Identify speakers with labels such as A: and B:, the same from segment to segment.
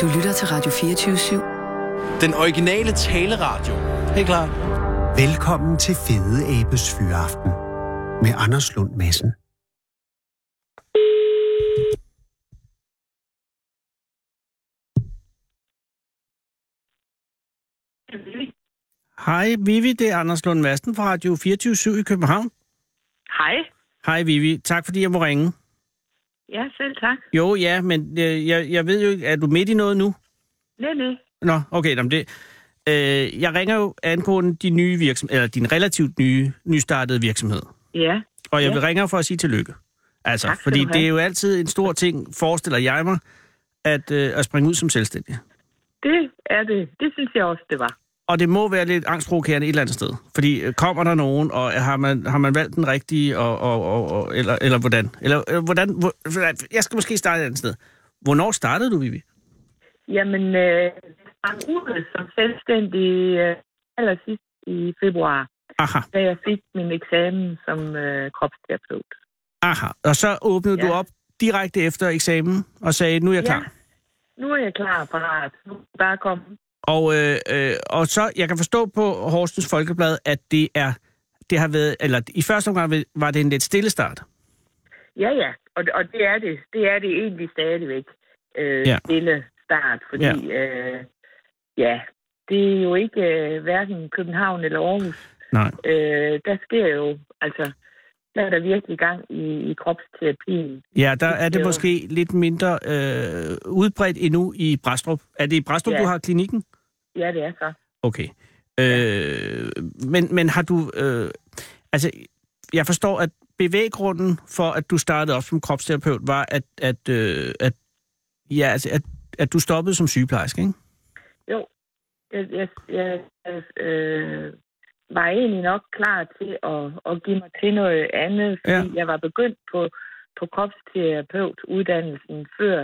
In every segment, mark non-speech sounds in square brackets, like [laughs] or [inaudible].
A: Du lytter til Radio 24 /7.
B: Den originale taleradio. Helt klart.
C: Velkommen til Fede Abes Fyraften med Anders Lund Madsen.
D: Hej Vivi, det er Anders Lund Madsen fra Radio 24 i København.
E: Hej.
D: Hej Vivi, tak fordi jeg må ringe.
E: Ja, selv tak.
D: Jo, ja, men øh, jeg, jeg ved jo ikke, er du midt i noget nu?
E: Nej, nej.
D: Nå, okay, jamen det... Øh, jeg ringer jo angående din nye virksomhed, eller din relativt nye, nystartede virksomhed.
E: Ja.
D: Og jeg
E: Ja.
D: vil ringe for at sige tillykke. Altså,
E: Tak skal
D: fordi
E: du have.
D: det er jo altid en stor ting, forestiller jeg mig, at, øh, at springe ud som selvstændig.
E: Det er det. Det synes jeg også, det var.
D: Og det må være lidt angstprovokerende et eller andet sted. Fordi øh, kommer der nogen, og har man, har man valgt den rigtige, og, og, og, og, eller, eller hvordan? Eller, øh, hvordan hvor, jeg skal måske starte et andet sted. Hvornår startede du, Vivi?
E: Jamen, øh, jeg ude som selvstændig øh, allersidst i februar,
D: Aha,
E: da jeg fik min eksamen som øh, kropsterapeut.
D: aha. Og så åbnede ja. du
E: Ja.
D: op direkte efter eksamen og sagde, nu er jeg
E: Ja.
D: klar.
E: Nu er jeg klar og parat. Nu er jeg bare komme.
D: Og, øh, øh, og så, jeg kan forstå på Horsens Folkeblad, at det er, det har været, eller i første omgang var det en lidt stille start.
E: Ja, ja. Og, og det er det. Det er det egentlig stadigvæk. Øh,
D: Ja.
E: ja. Stille start, fordi... Ja. Øh, ja. Det er jo ikke øh, hverken København eller Aarhus,
D: Nej.
E: øh, der sker jo, altså, der er der virkelig gang i, i kropsterapien.
D: Ja, der er det
E: Jo.
D: måske lidt mindre øh, udbredt endnu i Brastrup. Er det i Brastrup,
E: Ja.
D: du har klinikken?
E: Ja, det er så.
D: Okay. Øh, men, men har du... Øh, altså, jeg forstår, at bevæggrunden for, at du startede op som kropsterapeut, var, at, at, øh, at, ja, altså, at, at du stoppede som sygeplejerske, ikke?
E: Jo, jeg, jeg, jeg, jeg øh, var egentlig nok klar til at, at give mig til noget andet, fordi
D: Ja.
E: ja. jeg var begyndt på, på kropsterapeutuddannelsen, før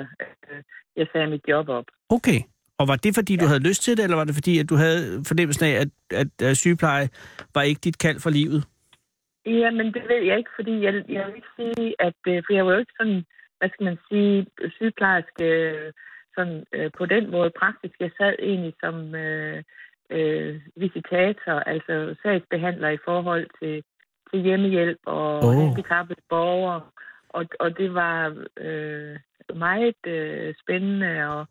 E: øh, jeg sagde mit job op.
D: Okay. Og var det, fordi ja. du havde lyst til det, eller var det, fordi at du havde fornemmelsen af, at, at, at sygepleje var ikke dit kald for livet?
E: Jamen, det ved jeg ikke, fordi jeg, jeg vil ikke sige, at... øh, For jeg var jo ikke sådan, hvad skal man sige, sygeplejerske øh, sådan, øh, på den måde praktisk. Jeg sad egentlig som øh, øh, visitator, altså sagsbehandler i forhold til, til hjemmehjælp og
D: Åh.
E: oh. handicappede borgere. Og, og det var øh, meget øh, spændende og,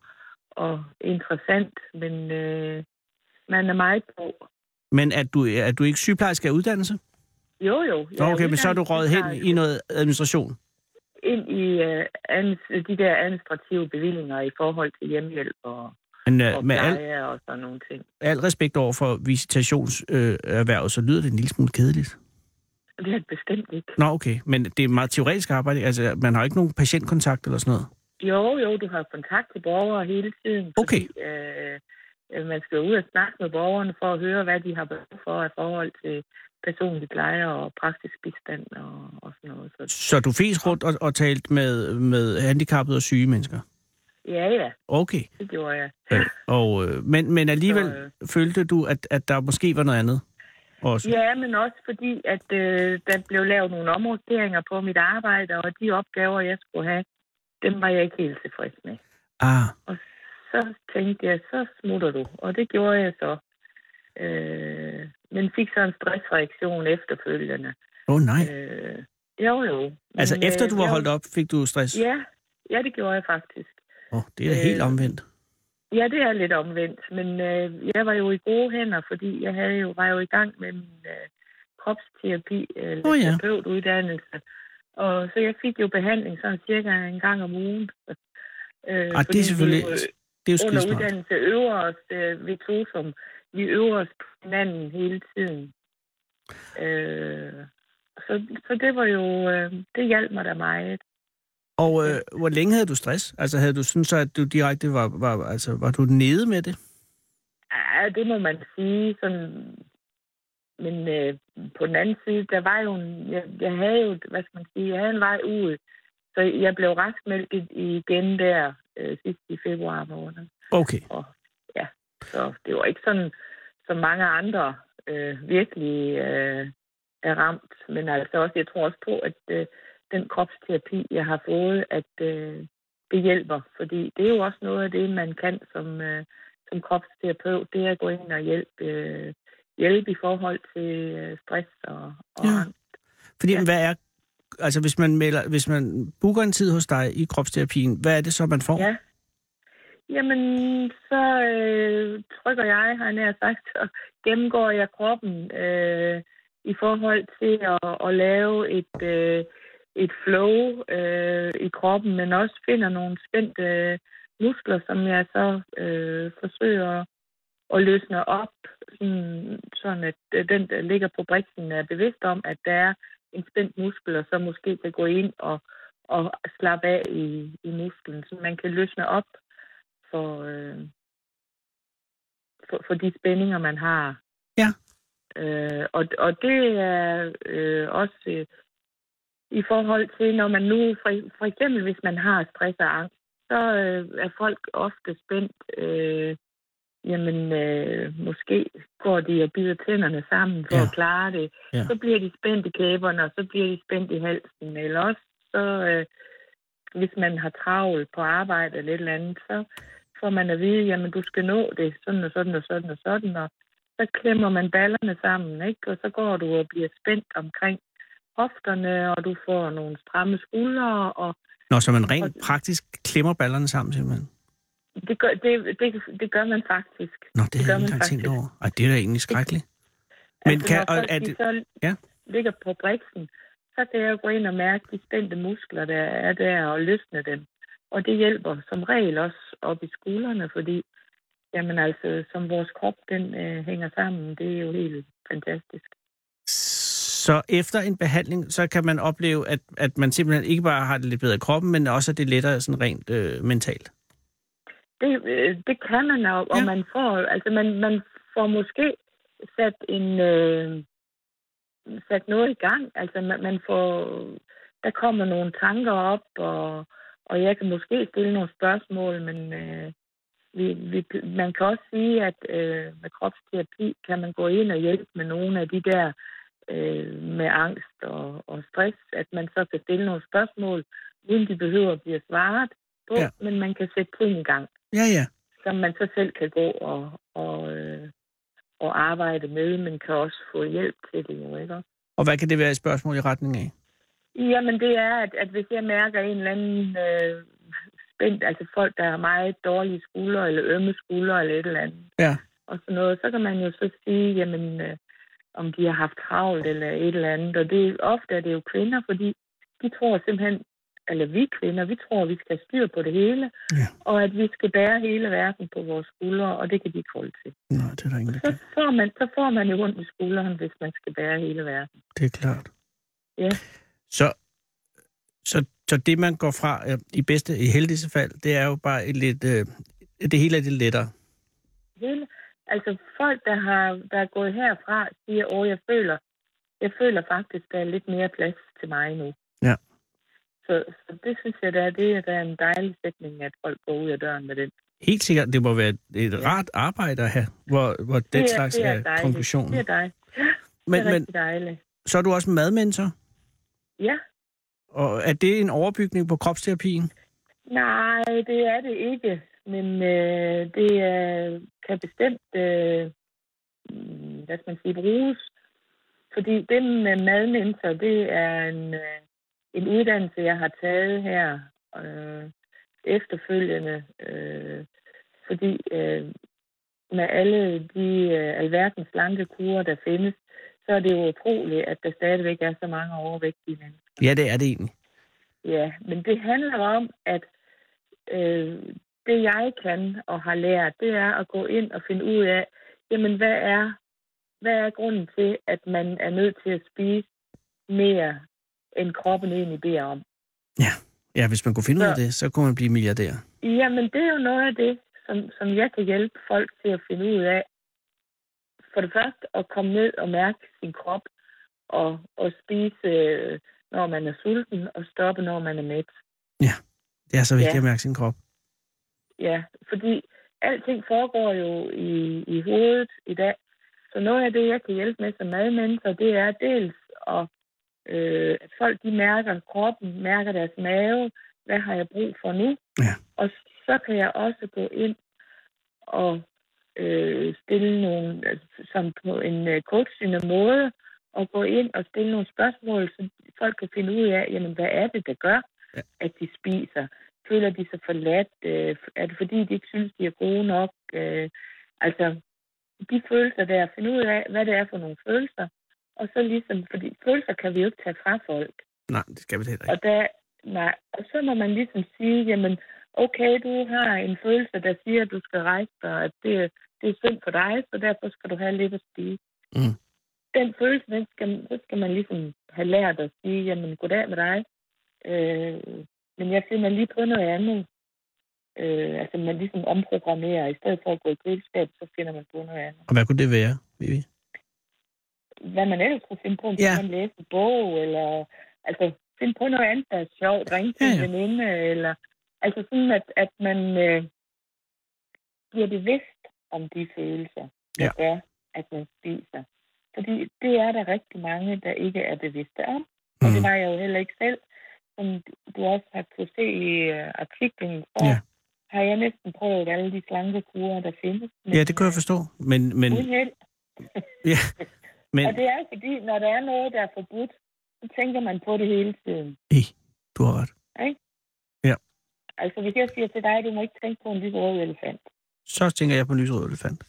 E: og interessant, men øh, man er meget på.
D: Men at du, at du ikke sygeplejerske af uddannelse?
E: Jo, jo.
D: Nå,
E: jeg
D: okay, men så er du røget hen
E: uddannet
D: i noget administration.
E: ind i øh, ans- de der administrative bevillinger i forhold til hjemmehjælp og,
D: Men øh,
E: og
D: med
E: pleje
D: al,
E: og sådan nogle ting.
D: al respekt over for visitationserhvervet, øh, erhvervet, så lyder det en lille smule kedeligt.
E: Det er det bestemt ikke.
D: Nå, okay, men det er meget teoretisk arbejde. Altså, man har ikke nogen patientkontakt eller sådan noget.
E: Jo, jo, du har kontakt til borgere hele tiden.
D: Okay.
E: Fordi, øh, øh, man skal ud og snakke med borgerne for at høre, hvad de har behov for i forhold til personlig pleje og praktisk bistand og, og sådan noget. Så,
D: Så du fes rundt og, og talt med, med handicappede og syge mennesker?
E: ja, ja,
D: Okay.
E: det gjorde jeg.
D: Øh, og, øh, men, men alligevel
E: Så, øh,
D: følte du, at, at der måske var noget andet? Også.
E: Ja, men også fordi, at øh, der blev lavet nogle omrokeringer på mit arbejde, og de opgaver, jeg skulle have, dem var jeg ikke helt tilfreds med.
D: Ah,
E: Og så tænkte jeg, så smutter du. Og det gjorde jeg så. Øh, men fik så en stressreaktion efterfølgende.
D: åh oh, nej.
E: Øh, jo, jo. Men,
D: Altså, efter
E: øh,
D: du var
E: jeg-
D: holdt op, fik du stress?
E: Ja, ja, det gjorde jeg faktisk.
D: Åh, det er da helt
E: Øh,
D: omvendt.
E: Ja, det er lidt omvendt, men øh, jeg var jo i gode hænder, fordi jeg havde jo, var jo i gang med min øh, kropsterapi, øh,
D: Åh,
E: oh,
D: ja.
E: ja. terapeutuddannelse. Og så jeg fik jo behandling sådan cirka en gang om ugen. [laughs] Øh,
D: Ah, det
E: fordi
D: er selvfølgelig...
E: vi jo, øh,
D: Det er jo
E: under
D: skidesmart.
E: uddannelse øver os øh, ved tosum. Vi øver os på hinanden hele tiden. Øh, så, så det var jo, øh, det hjalp mig da meget.
D: Og øh, hvor længe havde du stress? Altså havde du sådan så, at du direkte var, var, altså, var du nede med det?
E: Ja, det må man sige. Sådan, men øh, på den anden side, der var jo en, jeg, jeg havde jo, hvad skal man sige, jeg havde en vej ud. Så jeg blev raskmeldt igen der øh, sidst i februar måned.
D: Okay.
E: Så det var ikke sådan, som mange andre øh, virkelig øh, er ramt. Men altså også, jeg tror også på, at øh, den kropsterapi, jeg har fået, at øh, det hjælper. Fordi det er jo også noget af det, man kan som, øh, som kropsterapeut, det er at gå ind og hjælpe, øh, hjælpe i forhold til øh, stress og, og
D: Ja.
E: angst.
D: Fordi ja. hvad er... Altså, hvis man, melder, hvis man booker en tid hos dig i kropsterapien, hvad er det så, man får?
E: Ja. Jamen, så øh, trykker jeg, har jeg nær sagt, og gennemgår jeg kroppen øh, i forhold til at, at lave et, øh, et flow øh, i kroppen, men også finder nogle spændte øh, muskler, som jeg så øh, forsøger at løsne op, sådan, sådan at øh, den, der ligger på briksen, er bevidst om, at der er en spændt muskel, og så måske kan gå ind og og slappe af i, i musklen, så man kan løsne op for, øh, for, for de spændinger, man har.
D: Ja.
E: Øh, og, og det er øh, også øh, i forhold til, når man nu, for, for eksempel hvis man har stress og angst, så øh, er folk ofte spændt. Øh, jamen, øh, måske går de og bider tænderne sammen for
D: Ja.
E: ja. at klare det.
D: Ja.
E: Ja. Så bliver de spændt i kæberne, og så bliver de spændt i halsen. Eller også, så, øh, hvis man har travlt på arbejde eller et eller andet, så får man at vide, jamen, du skal nå det, sådan og sådan og sådan og sådan. Og så klemmer man ballerne sammen, ikke? Og så går du og bliver spændt omkring hofterne, og du får nogle stramme skuldre, og
D: Nå, så man rent praktisk klemmer ballerne sammen simpelthen.
E: det gør, det, det, det gør man faktisk.
D: Nå, det,
E: Det gør
D: havde jeg ikke
E: man
D: engang tænkt
E: faktisk.
D: over. Ej, det er da egentlig skrækkeligt. Men
E: Altså,
D: kan,
E: når
D: og,
E: folk
D: er
E: de
D: det,
E: så
D: ja.
E: ligger på briksen, så kan jeg jo gå ind og mærke de spændte muskler, der er der, og løsne dem. Og det hjælper som regel også op i skuldrene, fordi jamen altså, som vores krop den øh, hænger sammen, det er jo helt fantastisk.
D: så efter en behandling, så kan man opleve, at, at man simpelthen ikke bare har det lidt bedre i kroppen, men også, at det er lettere sådan rent øh, mentalt.
E: Det, øh, det kan man, og, og
D: Ja.
E: man får, altså man, man får måske sat en øh, sat noget i gang. Altså man, man får, der kommer nogle tanker op, og, og jeg kan måske stille nogle spørgsmål, men øh, vi, vi, man kan også sige, at øh, med kropsterapi kan man gå ind og hjælpe med nogle af de der øh, med angst og, og stress, at man så kan stille nogle spørgsmål, uden de behøver at blive svaret på,
D: Ja.
E: ja. men man kan sætte ting i gang
D: Ja, ja.
E: som man så selv kan gå og, og, øh, og arbejde med, men kan også få hjælp til det jo, ikke?
D: Og hvad kan det være et spørgsmål i retning af?
E: Jamen det er, at, at hvis jeg mærker en eller anden øh, spændt, altså folk, der har meget dårlige skuldre, eller ømme skuldre, eller et eller andet,
D: Ja.
E: og sådan noget, så kan man jo så sige, jamen, øh, om de har haft travlt, eller et eller andet, og det, ofte er det jo kvinder, fordi de tror simpelthen, eller vi kvinder, vi tror, at vi skal have styr på det hele,
D: Ja.
E: og at vi skal bære hele verden på vores skuldre, og det kan de ikke holde til.
D: Nej, det er der ingen, der
E: så
D: kan.
E: får man, så får man jo ondt i skulderen, hvis man skal bære hele verden.
D: Det er klart.
E: Ja.
D: Så, så, så det, man går fra øh, i bedste, i heldigste fald, det er jo bare et lidt... Øh, det hele er lidt lettere.
E: Hele, altså folk, der har der er gået herfra, siger, åh, jeg føler, jeg føler faktisk, der er lidt mere plads til mig nu.
D: Ja.
E: Så, så det synes jeg, der er, det er, der er en dejlig sætning, at folk går ud af døren med den.
D: Helt sikkert, det må være et- et rart arbejde at have, hvor, hvor den
E: det er,
D: slags
E: det er,
D: er
E: dejligt.
D: konklusionen.
E: Det er dejligt. Men,
D: men,
E: det er
D: men
E: rigtig dejligt.
D: så er du også en madmentor,
E: Ja.
D: og er det en overbygning på kropsterapien?
E: Nej, det er det ikke. Men øh, det er, kan bestemt, øh, mm, hvad skal man sige, bruges. Fordi det med madmennesker, det er en, øh, en uddannelse, jeg har taget her øh, efterfølgende. Øh, fordi øh, med alle de øh, alverdens slanke kurer, der findes, så er det jo utroligt, at der stadigvæk er så mange overvægtige mennesker.
D: Ja, det er det egentlig.
E: Ja, men det handler om, at øh, det jeg kan og har lært, det er at gå ind og finde ud af, jamen hvad er, hvad er grunden til, at man er nødt til at spise mere, end kroppen egentlig beder om?
D: Ja, hvis man kunne finde ud af
E: Så-
D: det, så kunne man blive milliardær.
E: Jamen, det er jo noget af det, som, som jeg kan hjælpe folk til at finde ud af. For det første at komme ned og mærke sin krop, og, og spise, øh, når man er sulten, og stoppe, når man er mæt.
D: Det er så vigtigt
E: Ja.
D: at mærke sin krop.
E: Ja, fordi alting foregår jo i, i hovedet i dag. Så noget af det, jeg kan hjælpe med som madmennesker, det er dels, at, øh, at folk de mærker kroppen, mærker deres mave, hvad har jeg brug for nu?
D: Ja.
E: Og så kan jeg også gå ind og øh, stille nogle, altså, som på en øh, coachende måde, og gå ind og stille nogle spørgsmål, så folk kan finde ud af, jamen, hvad er det, der gør,
D: Ja.
E: ja. at de spiser? Føler de sig forladt? Øh, er det fordi, de ikke synes, de er gode nok? Øh, altså, de følelser der, finde ud af, hvad det er for nogle følelser, og så ligesom, fordi følelser kan vi jo ikke tage fra folk.
D: Nej, det skal vi da heller ikke.
E: Og, der, nej, og så må man ligesom sige, jamen, okay, du har en følelse, der siger, at du skal rejse dig, at det, det er synd for dig, så derfor skal du have lidt at stige.
D: Mm.
E: Den følelse, den skal, så skal man ligesom have lært at sige, jamen, goddag med dig, øh, men jeg finder lige på noget andet. Øh, altså, man ligesom omprogrammerer, i stedet for at gå i køleskab, så finder man på noget andet.
D: Og hvad kunne det være, Vivi?
E: Hvad man ellers kunne finde på, om
D: Ja.
E: ja. man læse en bog, eller altså, finde på noget andet, der er sjovt, ringe til
D: Ja,
E: ja,
D: ja.
E: ja. en veninde, eller altså sådan, at, at man øh, bliver bevidst om de følelser, der
D: Ja.
E: ja. gør, at man spiser. Fordi det er der rigtig mange, der ikke er bevidste om. Og det
D: Mm.
E: var jeg jo heller ikke selv. Som du også har kunne se i øh, artiklen, så
D: Ja.
E: ja. har jeg næsten prøvet alle de slankekurer, der findes.
D: Ja, det kunne jeg forstå. Men, men,
E: Uden held.
D: ja,
E: Og
D: men
E: det er fordi, når der er noget, der er forbudt, så tænker man på det hele tiden.
D: du har ret.
E: Altså, hvis jeg siger til dig, du må ikke tænke på en lille rød elefant.
D: Så tænker jeg på en lyserød elefant.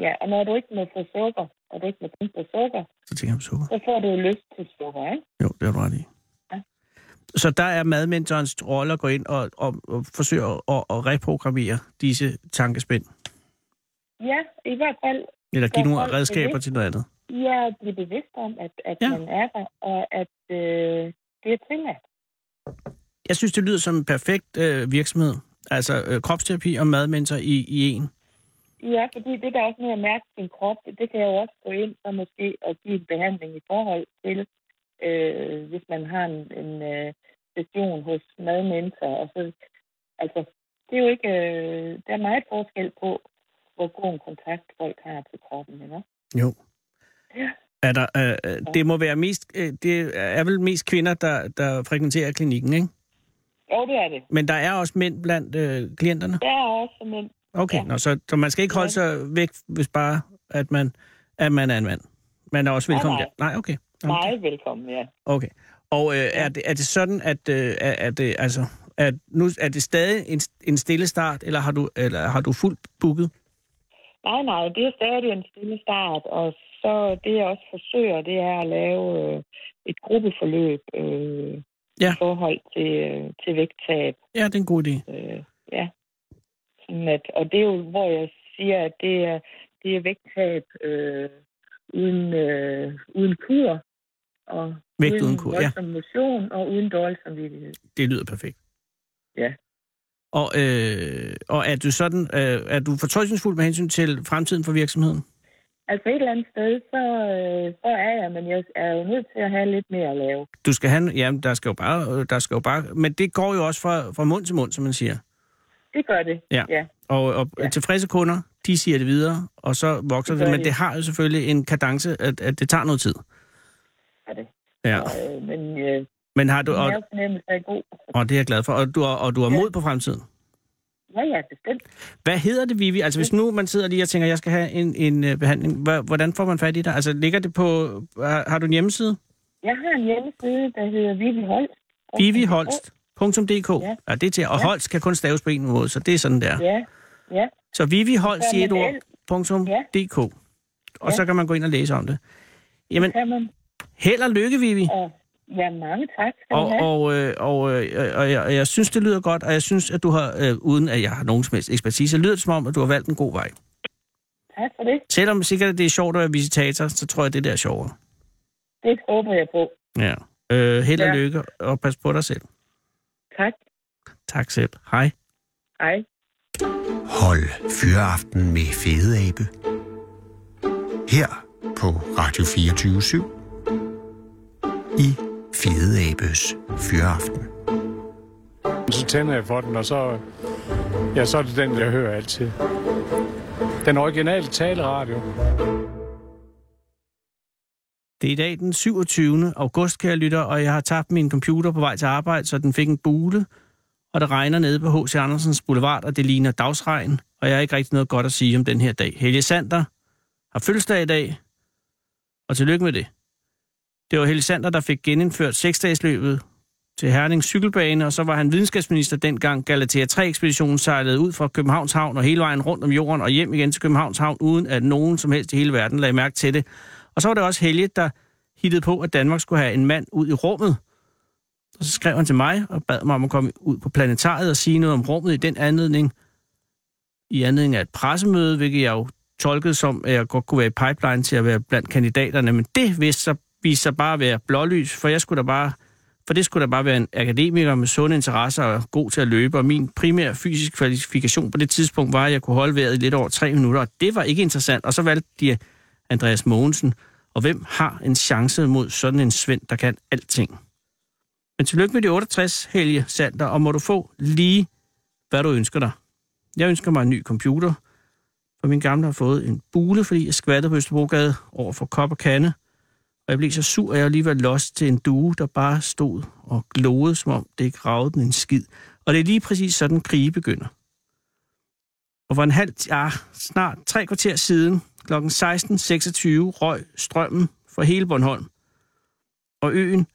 E: Ja, og når du ikke må få sukker, og du ikke må tænke på sukker,
D: Så tænker jeg på sukker.
E: så får du jo lyst til sukker, ikke?
D: Jo, det har du ret i.
E: Ja.
D: Så der er madmentorens rolle at gå ind og, og, og forsøge at, at, at reprogrammere disse tankespænd.
E: Ja, i hvert fald,
D: Eller give
E: Gør
D: nogle
E: folk
D: redskaber
E: bevidst.
D: til noget andet.
E: ja, at blive bevidst om, at, at
D: Ja.
E: ja. man er der, og at øh, det er tilladt.
D: Jeg synes, det lyder som en perfekt øh, virksomhed. Altså øh, kropsterapi og madmentor i, i en.
E: Ja, fordi det der også med at mærke sin krop, det kan jeg jo også gå ind og måske og give en behandling i forhold til, øh, hvis man har en, en øh, session hos madmentor. Og så, altså, det er jo ikke, øh, der er meget forskel på, hvor god en kontakt folk har til kroppen, ikke?
D: Jo.
E: Ja.
D: Er der, øh, øh, det må være mest, øh, det er vel mest kvinder, der, der frekventerer klinikken, ikke?
E: Jo, det er det.
D: Men der er også mænd blandt øh, klienterne?
E: Der er også en,
D: Okay, ja.
E: Ja.
D: nå, så, så man skal ikke holde sig væk, hvis bare, at man, at man er en mand. Man er også
E: Nej,
D: velkommen
E: nej.
D: der. Nej, okay. okay.
E: meget velkommen, ja.
D: okay. Og øh, er, det, er det sådan, at, øh, er, er det, altså, at nu er det stadig en, en stille start, eller har du, eller har du fuldt booket?
E: Nej, nej, det er stadig en stille start, og så det jeg også forsøger, det er at lave øh, et gruppeforløb øh,
D: Ja.
E: i forhold til, øh, til vægttab.
D: Ja, det er en god idé.
E: Øh, ja. Sådan at, og det er jo, hvor jeg siger, at det er, det er vægttab øh, uden, øh, uden kur, og
D: Vægt uden kur, ja.
E: voldsom motion, og uden dårlig samvittighed.
D: Det lyder perfekt.
E: Ja.
D: Og, øh, og er du sådan, øh, er du fortrøstningsfuld med hensyn til fremtiden for virksomheden?
E: Altså et eller andet sted, så, øh, så er jeg, men jeg er jo nødt til at have lidt mere at lave.
D: Du skal have, jamen, der skal jo bare, øh, der skal jo bare, men det går jo også fra, fra mund til mund, som man siger.
E: Det gør det,
D: Ja.
E: ja.
D: Og, og ja.
E: Ja.
D: tilfredse kunder, de siger det videre, og så vokser det.
E: gør
D: Men
E: de.
D: det har jo selvfølgelig en kadence, at, at det tager noget tid.
E: Er det.
D: Ja.
E: Og, øh, men øh,
D: Men har du,
E: min
D: og,
E: mavefornemmelse er god.
D: og det er jeg glad for, og du har, og du har
E: Ja.
D: mod på fremtiden.
E: Ja, ja, bestemt.
D: Hvad hedder det, Vivi? Altså hvis nu man sidder lige og tænker, jeg skal have en, en øh, behandling, hva- hvordan får man fat i dig? Altså ligger det på, øh, har, har du en hjemmeside?
E: Jeg har en hjemmeside, der hedder Vivi Holst.
D: viviholst.dk. Ja.
E: Ja.
D: ja, det er til. Og
E: Ja.
D: Holst kan kun staves på en måde, så det er sådan der. Ja.
E: Ja, ja,
D: Så viviholst
E: Så
D: i
E: er
D: et
E: man
D: ord,
E: el-
D: punktum
E: Ja.
D: .dk. Og
E: Ja.
D: så kan man gå ind og læse om det. Jamen,
E: kan man.
D: held og lykke, Vivi.
E: Og, ja, mange tak skal du
D: Og,
E: have.
D: og, øh, og, øh, og, og, jeg, og jeg synes, det lyder godt, og jeg synes, at du har, øh, uden at jeg har nogen som helst ekspertise, lyder det som om, at du har valgt en god vej.
E: Tak for det.
D: Selvom sikkert at det er sjovt at være visitator, så tror jeg, det der er sjovere.
E: Det håber jeg på.
D: Ja. Øh, held og
E: Ja.
D: lykke, og pas på dig selv.
E: Tak.
D: Tak selv. Hej.
E: Hej.
C: Hold Fyraften med Fede Abe. Her på Radio 24 I Fede Abes Fyraften.
F: Så tænder jeg for den, og så, ja, så er det den, jeg hører altid. Den originale taleradio.
D: Det er i dag den 27. august, kære lytter, og jeg har tabt min computer på vej til arbejde, så den fik en bule. og det regner nede på H.C. Andersens Boulevard, og det ligner dagsregn, og jeg har ikke rigtig noget godt at sige om den her dag. Helge Sander har fødselsdag i dag, og tillykke med det. Det var Helge Sander, der fik genindført seksdagsløbet til Herning Cykelbane, og så var han videnskabsminister dengang Galatea 3-ekspeditionen sejlede ud fra Københavns Havn og hele vejen rundt om jorden og hjem igen til Københavns Havn, uden at nogen som helst i hele verden lagde mærke til det. Og så var det også Helge, der hittede på, at Danmark skulle have en mand ud i rummet. Og så skrev han til mig og bad mig om at komme ud på planetariet og sige noget om rummet i den anledning. I anledning af et pressemøde, hvilket jeg jo tolkede som, at jeg godt kunne være i pipeline til at være blandt kandidaterne. Men det viste sig, viste sig bare at være blålys, for jeg skulle da bare for det skulle da bare være en akademiker med sunde interesser og god til at løbe, og min primære fysiske kvalifikation på det tidspunkt var, at jeg kunne holde vejret i lidt over tre minutter, og det var ikke interessant. Og så valgte de Andreas Mogensen, og hvem har en chance mod sådan en svend, der kan alting? Men tillykke med de 68, Helge Sander, og må du få lige, hvad du ønsker dig. Jeg ønsker mig en ny computer, for min gamle har fået en bule, fordi jeg skvattede på Østerbrogade over for kop og kande og jeg blev så sur, at jeg alligevel lost til en due, der bare stod og gloede, som om det ikke ragede den en skid. Og det er lige præcis sådan, krige begynder. Og for en halv, ja, snart tre kvarter siden, kl. 16.26, røg strømmen fra hele Bornholm. Og øen,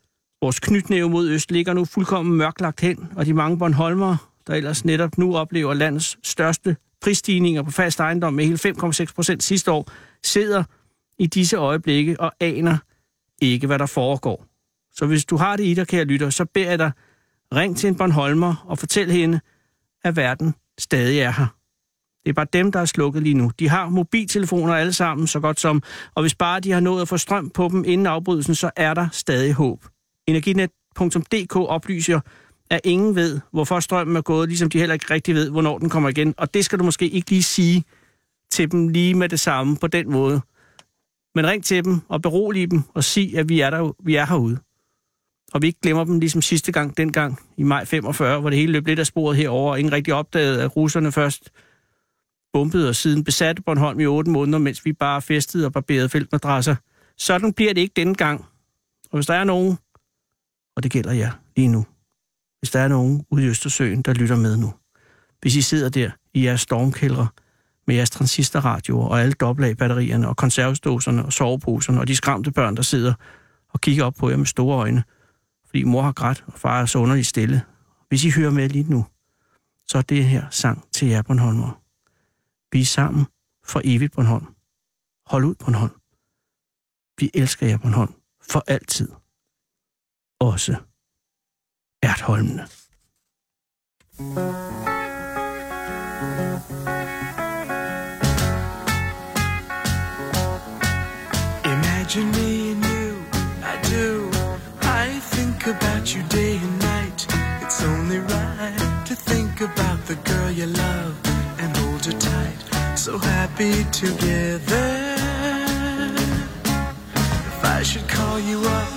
D: vores knytnæve mod øst, ligger nu fuldkommen mørklagt hen, og de mange Bornholmere, der ellers netop nu oplever landets største prisstigninger på fast ejendom med hele 5,6 procent sidste år, sidder i disse øjeblikke og aner, ikke, hvad der foregår. Så hvis du har det i dig, kære lytter, så beder jeg dig, ring til en Bornholmer og fortæl hende, at verden stadig er her. Det er bare dem, der er slukket lige nu. De har mobiltelefoner alle sammen, så godt som, og hvis bare de har nået at få strøm på dem inden afbrydelsen, så er der stadig håb. Energinet.dk oplyser, at ingen ved, hvorfor strømmen er gået, ligesom de heller ikke rigtig ved, hvornår den kommer igen. Og det skal du måske ikke lige sige til dem lige med det samme på den måde. Men ring til dem og berolig dem og sig, at vi er, der, vi er herude. Og vi ikke glemmer dem ligesom sidste gang, dengang i maj 45, hvor det hele løb lidt af sporet herover, og ingen rigtig opdagede, at russerne først bombede og siden besatte Bornholm i otte måneder, mens vi bare festede og barberede feltmadrasser. Sådan bliver det ikke denne gang. Og hvis der er nogen, og det gælder jer lige nu, hvis der er nogen ude i Østersøen, der lytter med nu, hvis I sidder der i jeres stormkældre, med jeres transistorradioer og alle dobbeltlag-batterierne og konservesdåserne og soveposerne og de skræmte børn, der sidder og kigger op på jer med store øjne, fordi mor har grædt og far er så underligt stille. Hvis I hører med lige nu, så er det her sang til jer, Bornholmer. Vi er sammen for evigt, Bornholm. Hold ud, Bornholm. Vi elsker jer, Bornholm, for altid. Også Ertholmene.
G: Imagine me and you, I do. I think about you day and night. It's only right to think about the girl you love and hold her tight. So happy together. If I should call you up,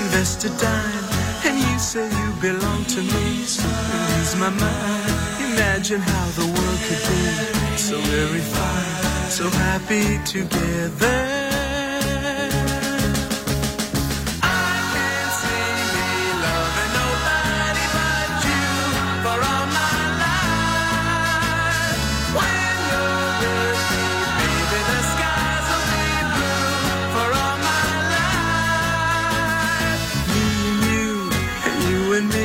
G: invest a dime, and you say you belong to me, so I lose my mind. Imagine how the world could be so very fine, so happy together. I can't see me loving nobody but you for all my life. When you're with me, baby, the skies will be blue for all my life. Me and you, and you and me,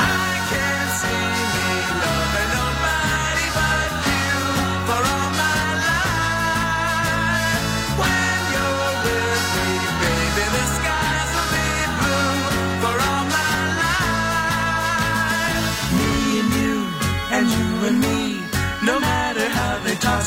G: I can't see me loving nobody but you for all my life. When you're with me, baby, the skies will be blue for all my life. Me and you, and you and me, no matter how they toss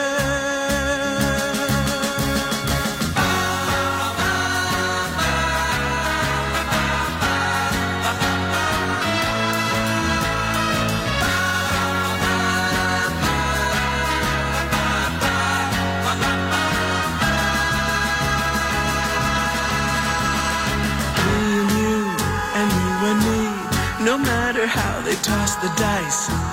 G: I No matter how they tossed the dice,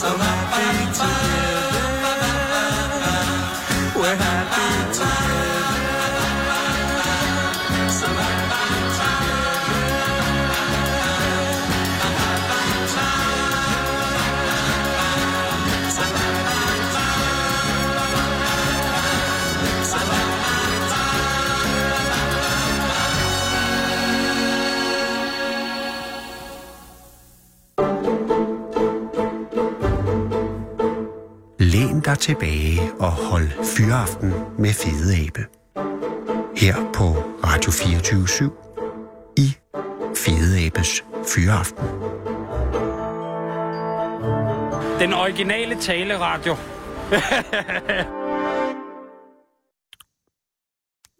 G: So happy together. We're happy together. So happy together.
C: Læn dig tilbage og hold fyraften med Fede Abe. Her på Radio 24 i Fede Abes Fyraften.
H: Den originale taleradio.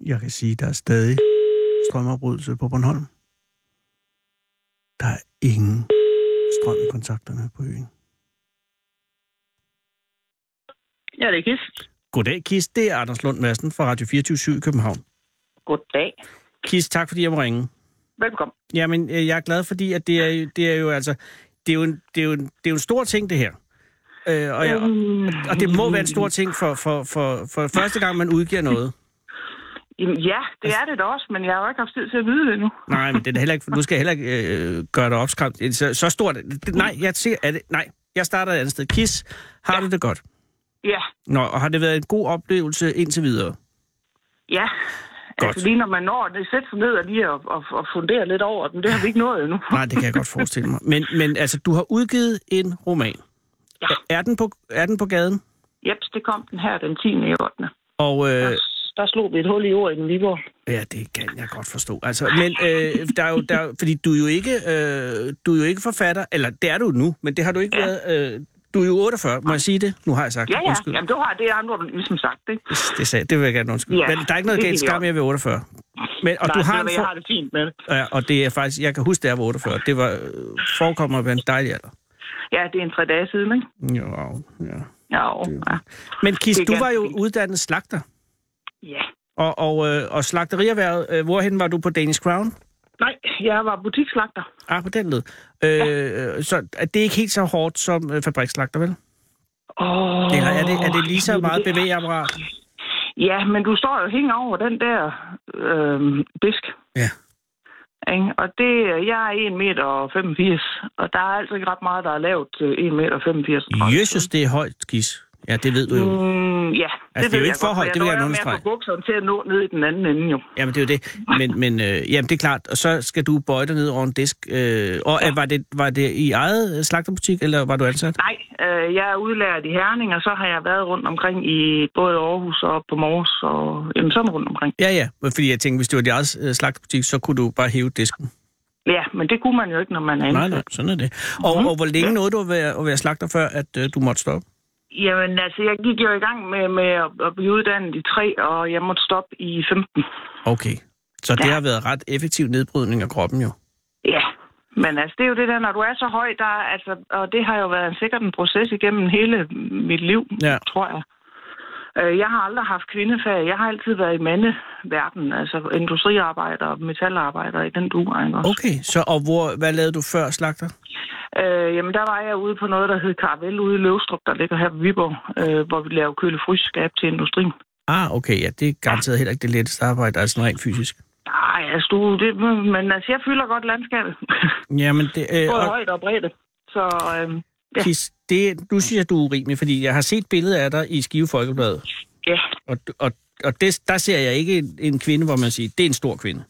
D: Jeg kan sige, at der er stadig strømafbrydelse på Bornholm. Der er ingen strøm i kontakterne på øen.
E: Ja, det er Kis.
D: Goddag, Kis. Det er Anders Lund Madsen fra Radio 24 i København.
E: Goddag.
D: Kis, tak fordi jeg må ringe.
E: Velkommen.
D: Jamen, øh, jeg er glad, fordi at det, er, det er jo altså... Det er jo, en, det, er jo en, det er jo en stor ting, det her. Øh, og, jeg, og det må være en stor ting for, for, for, for første gang, man udgiver noget.
E: Jamen, ja, det er det da også, men jeg har jo ikke haft tid til at vide det endnu.
D: Nej, men det er heller ikke, nu skal jeg heller ikke øh, gøre dig opskræmt. Så, så stort... Det, nej, jeg siger, er det, nej, jeg starter et andet sted. Kis, har ja. du det godt?
E: Ja,
D: Nå, og har det været en god oplevelse indtil videre?
E: ja.
D: Godt.
E: Altså lige når man når det, sætter sig ned og lige og, og, og fundere lidt over den. Det har vi ikke nået endnu.
D: Nej, det kan jeg godt forestille mig. Men, men altså, du har udgivet en roman.
E: Ja.
D: Er den på, er den på gaden?
E: Jeps, det kom den her den 10. i 8.
D: Og øh,
E: Der slog vi et hul i jorden i Viborg.
D: ja, det kan jeg godt forstå. Altså, men øh, der er jo, der, er jo- fordi du er jo ikke, øh, du er jo ikke forfatter, eller det er du nu, men det har du ikke ja. været. Øh, du er jo 48, må jeg sige det? Nu har jeg sagt
E: Ja,
D: det.
E: ja.
D: Undskyld.
E: Jamen, det har det, har nu ligesom sagt, ikke?
D: Det, sagde, det vil jeg gerne undskylde.
E: Ja,
D: Ja, men der er ikke noget
E: det er
D: galt
E: helt i
D: skam, jeg ved 48. Men, og
E: Nej,
D: du har
E: men
D: en
E: jeg har det fint med det.
D: for... ja, og det er faktisk, jeg kan huske, det er 48. Det var, øh, forekommer at være en dejlig alder.
E: Ja, det er en tre dage siden, ikke?
D: Jo, ja.
E: Ja, jo, ja.
D: Men Kis,
E: Det er
D: du var
E: ganske
D: jo
E: fint.
D: uddannet slagter.
E: ja.
D: Og, og, øh, og slagterierhvervet, øh, hvorhen var du på Danish Crown?
E: Nej, jeg var butikslagter.
D: Ah, på den led. Øh, så er det ikke helt så hårdt som øh, fabrikslagter, vel?
E: Åh,
D: Eller er det, er det lige så
E: jamen,
D: meget
E: det-
D: bevægeapparat?
E: Ja, men du står jo hænger over den der øh, disk.
D: Ja.
E: Ikke? Og det, jeg er 1,85 meter, og der er altså ikke ret meget, der er lavet øh, til 1,85 meter.
D: Jesus, det er højt, Kis. Ja, det ved du jo.
E: Mm, ja,
D: det er jo
E: ved
D: ikke
E: jeg
D: forhold,
E: godt,
D: det vil jeg
E: nøjer
D: understrege.
E: med at få bukserne til at nå ned i den anden ende, jo.
D: Jamen, det er jo det. Men, men øh, jamen, det er klart. Og så skal du bøje dig ned over en disk. Øh, og ja. var, det, var det i eget øh, slagterbutik, eller var du ansat?
E: Nej, øh, jeg er udlært i Herning, og så har jeg været rundt omkring i både Aarhus og på Mors, og jamen, så er man rundt omkring.
D: Ja, ja. Men Fordi jeg tænkte, hvis det var dit eget øh, slagterbutik, så kunne du bare hæve disken.
E: Mm. Ja, men det kunne man jo ikke, når man er
D: Nej,
E: ansat.
D: nej, sådan er det. Og,
E: Mm.
D: og hvor længe nåede du at være, at være slagter, før at øh, du måtte stoppe?
E: Jamen, altså, jeg gik jo i gang med, med at- at blive uddannet i 3, og jeg måtte stoppe i 15.
D: Okay. Så det
E: Ja.
D: har været ret effektiv nedbrydning af kroppen jo.
E: Ja, men altså, det er jo det der, når du er så høj, der, er- altså, og det har jo været en sikkert en proces igennem hele mit liv,
D: Ja.
E: tror jeg. Øh, Jeg har aldrig haft kvindefag. Jeg har altid været i mandeverdenen, altså industriarbejder og metalarbejder i den duer, ikke også?
D: Okay, så og hvor, hvad lavede du før slagter?
E: Øh, jamen, der var jeg ude på noget, der hed Karavel ude i Løvstrup, der ligger her på Viborg, øh, hvor vi laver kølefrysskab til industrien.
D: Ah, okay, ja, det er garanteret heller ikke det letteste arbejde, altså rent fysisk.
E: Nej, altså, du, det, men altså, jeg fylder godt landskabet. [laughs]
D: Jamen, det, øh,
E: Både
D: og,
E: højt og bredt. Så øh, ja.
D: Kis, det, nu synes jeg, du er urimelig, fordi jeg har set billeder af dig i Skive Folkeblad,
E: ja,
D: og, og, og det, der ser jeg ikke en, en kvinde, hvor man siger, det er en stor kvinde.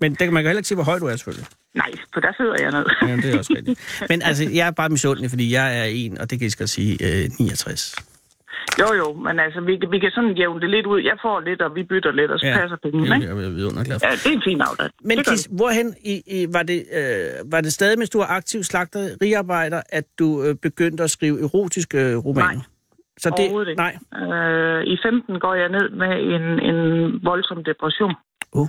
D: Men der kan man kan heller ikke se, hvor høj du er, selvfølgelig.
E: nej, for der sidder jeg ned.
D: Jamen, det er også rigtigt. Men altså, jeg er bare misundelig, fordi jeg er en, og det kan jeg skal sige, øh, 69.
E: Jo, jo, men altså, vi, kan- vi kan sådan jævne det lidt ud. Jeg får lidt, og vi bytter lidt, og så ja. passer pengene,
D: det,
E: ikke?
D: jeg er vidunderglad for.
E: Ja, det er en fin aftale.
D: Men
E: det gør
D: Kis,
E: vi.
D: hvorhen i, i, var, det, øh, var det stadig, mens du var aktiv slagteriarbejder, at du øh, begyndte at skrive erotiske øh, romaner?
E: Nej,
D: så
E: Overhovedet ikke.
D: Nej,
E: Øh, I 15 går jeg ned med en, en voldsom depression.
D: Uh.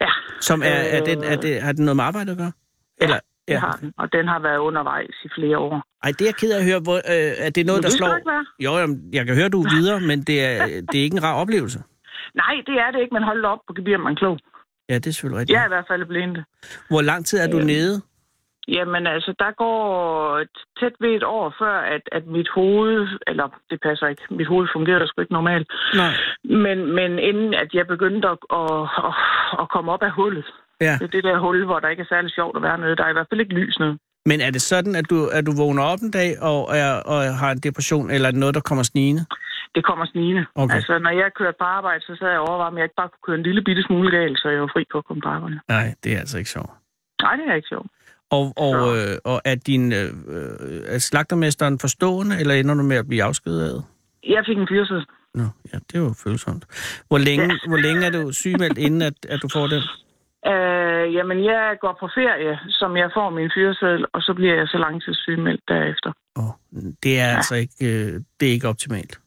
E: Ja,
D: Som er, er, den, er
E: Øh.
D: det, har den noget med arbejde at gøre? Eller,
E: det har den. Og den har været undervejs i flere år.
D: Ej, det er jeg ked af at høre. Hvor, øh, er
E: Men
D: det noget, der
E: det skal
D: slår...
E: ikke være.
D: Jo, jamen, jeg kan høre, du er
E: [laughs]
D: videre, men det er, det er ikke en rar oplevelse.
E: Nej, det er det ikke, men hold da op, så bliver man klog.
D: Ja, det er selvfølgelig rigtigt.
E: Jeg er i hvert fald blind.
D: Hvor lang tid er
E: Øh,
D: du nede?
E: Jamen altså, der går tæt ved et år før, at, at mit hoved, eller det passer ikke, mit hoved fungerer sgu ikke normalt.
D: Nej.
E: Men, men inden at jeg begyndte at, at, at, at komme op af hullet,
D: Ja.
E: det er det der hul, hvor der ikke er særlig sjovt at være nede, der er i hvert fald ikke lys nede.
D: Men er det sådan, at du, at du vågner op en dag og, er, og har en depression, eller er det noget, der kommer snigende?
E: Det kommer snigende.
D: Okay.
E: Altså, når jeg kørte på arbejde, så sad jeg og overvejede, om jeg ikke bare kunne køre en lille bitte smule galt, så jeg var fri på at komme på arbejde.
D: Nej, det er altså ikke sjovt.
E: Nej, det er ikke sjovt.
D: Og, og,
E: Nå.
D: øh, og er, din, øh, øh, er slagtermesteren forstående, eller ender du med at blive afskediget?
E: Jeg fik en fyrsæde.
D: Nå, ja, det er jo følsomt. Hvor længe,
E: Ja.
D: hvor længe er du sygemeldt, inden at, at du får den?
E: Øh, jamen, jeg går på ferie, som jeg får min fyreseddel, og så bliver jeg så langtidssygemeldt derefter.
D: Åh, det er ja. altså ikke, øh, det er ikke optimalt.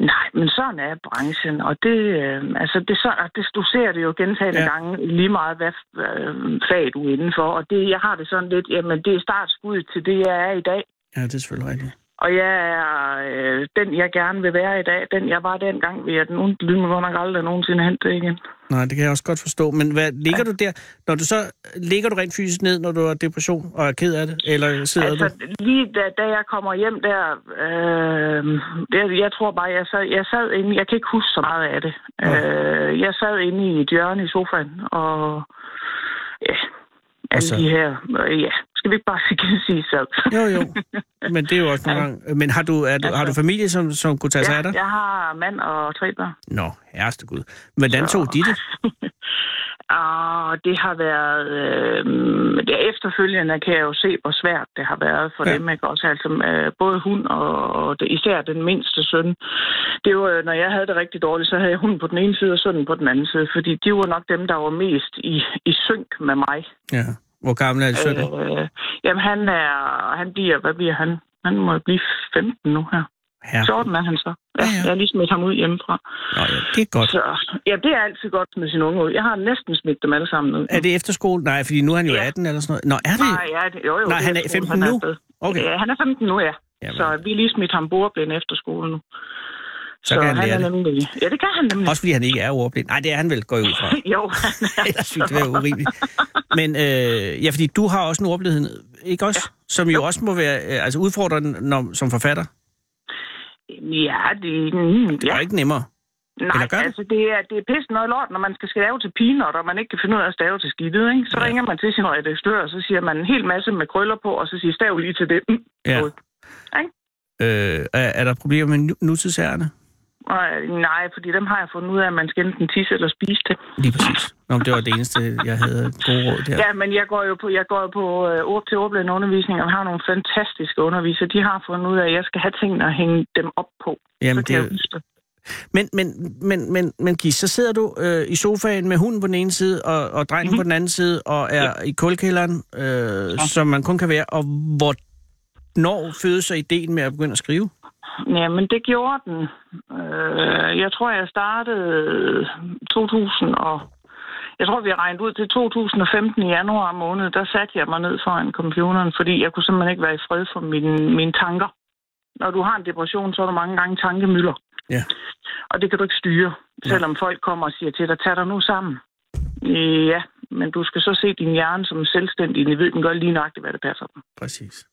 E: Nej, men sådan er branchen, og det, øh, altså det, er så, og det, du ser det jo gentagende
D: Ja.
E: ja. gange, lige meget hvad øh, fag du er indenfor, og det, jeg har det sådan lidt, jamen det er startskuddet til det, jeg er i dag,
D: Ja, det er selvfølgelig rigtigt.
E: og jeg er øh, den, jeg gerne vil være i dag, den jeg var dengang, vil jeg den ondt lyde mig godt nok aldrig nogensinde hen til igen.
D: Nej, det kan jeg også godt forstå. Men hvad, ligger du der, når du så, ligger du rent fysisk ned, når du har depression og er ked af det? Eller sidder
E: Altså,
D: du?
E: lige da, da jeg kommer hjem der, øh, jeg, jeg tror bare, jeg sad, jeg sad inde, jeg kan ikke huske så meget af det. Øh, jeg sad inde i et hjørne i sofaen, og [laughs] ja, alle
D: så-
E: de her, øh, ja, skal vi ikke bare sige, sige selv?
D: Jo, jo. Men det er jo også nogle gange. Men har du, er du, har du familie, som, som kunne tage sig af dig?
E: ja, jeg har mand og tre børn.
D: Nå, herreste Gud. Hvordan tog de det?
E: Og ah, det har været... Øh, det efterfølgende kan jeg jo se, hvor svært det har været for
D: Ja.
E: ja. dem. Ikke? Også, altså, øh, både hun og, og det, især den mindste søn. Det var, øh, når jeg havde det rigtig dårligt, så havde jeg hun på den ene side og sønnen på den anden side. Fordi de var nok dem, der var mest i, i synk med mig.
D: Ja. Hvor gammel er de sønner?
E: Øh, jamen, han er... Han bliver... Hvad bliver han? Han må blive 15 nu her.
D: Herre.
E: 14 er han så. Ja,
D: Ja, ja.
E: Jeg har lige smidt ham ud hjemmefra.
D: Nå, ja, det er godt.
E: Så, ja, det er altid godt med sine unge ud. Jeg har næsten smidt dem alle sammen ud.
D: Er det efterskole? Nej, fordi nu er han jo
E: Ja.
D: 18 eller sådan noget. Nå, er det?
E: Nej, ja, det, jo, jo,
D: Nej,
E: det
D: han er
E: skole,
D: 15 nu?
E: afsted.
D: Okay.
E: Ja, Øh, han er 15 nu, ja.
D: Jamen.
E: Så vi har lige smidt ham bordblind efter skolen nu.
D: Så kan han lære
E: er
D: det.
E: nemlig... Ja, det kan han nemlig.
D: Også fordi han ikke er ordblind. Nej, det er han vel, går jeg
E: [laughs]
D: ud fra.
E: jo, han er.
D: Ellers synes det være urimeligt. Men øh, ja, fordi du har også en ordblindhed, ikke også? Ja. Som jo også må være øh, altså udfordrende når, som forfatter.
E: Ja, det, mm,
D: Det er
E: ja.
D: jo ikke nemmere.
E: Nej,
D: eller gør det?
E: altså det er, det er pisse noget lort, når man skal stave til peanut, og man ikke kan finde ud af at stave til skidtet, ikke? Så ja. ringer man til sin redaktør, og så siger man en hel masse med krøller på, og så siger stav lige til det. Mm.
D: Ja.
E: Jo. Ikke?
D: Øh, er, er der problemer med nu- nutidsærerne?
E: Og, øh, nej, fordi dem har jeg fundet ud af, at man skal enten tisse eller spise til.
D: Lige præcis. Nå, men det var det eneste, jeg havde gode råd der.
E: Ja, men jeg går jo på, jeg går jo på øh, ord til ordblinde undervisning, og vi har nogle fantastiske undervisere. De har fundet ud af, at jeg skal have tingene at hænge dem op på. så
D: Jamen,
E: kan
D: det er
E: jeg
D: jo-
E: huske det.
D: Men, men, men, men, men Gis, så sidder du øh, i sofaen med hunden på den ene side, og, og drengen
E: Mhm.
D: mm-hmm. på den anden side, og er ja. i kulkælderen, øh, ja. som man kun kan være. Og hvornår fødes så ideen med at begynde at skrive?
E: Jamen, det gjorde den. Øh, jeg tror, jeg startede 2000 og... Jeg tror, vi har regnet ud til 2015 i januar måned. Der satte jeg mig ned foran computeren, fordi jeg kunne simpelthen ikke være i fred for mine, mine tanker. Når du har en depression, så er du mange gange tankemøller.
D: Ja.
E: Og det kan du ikke styre, selvom folk kommer og siger til dig, tag dig nu sammen. Øh, Ja, men du skal så se din hjerne som selvstændig individ. Den gør lige nøjagtigt, hvad det passer dem.
D: Præcis.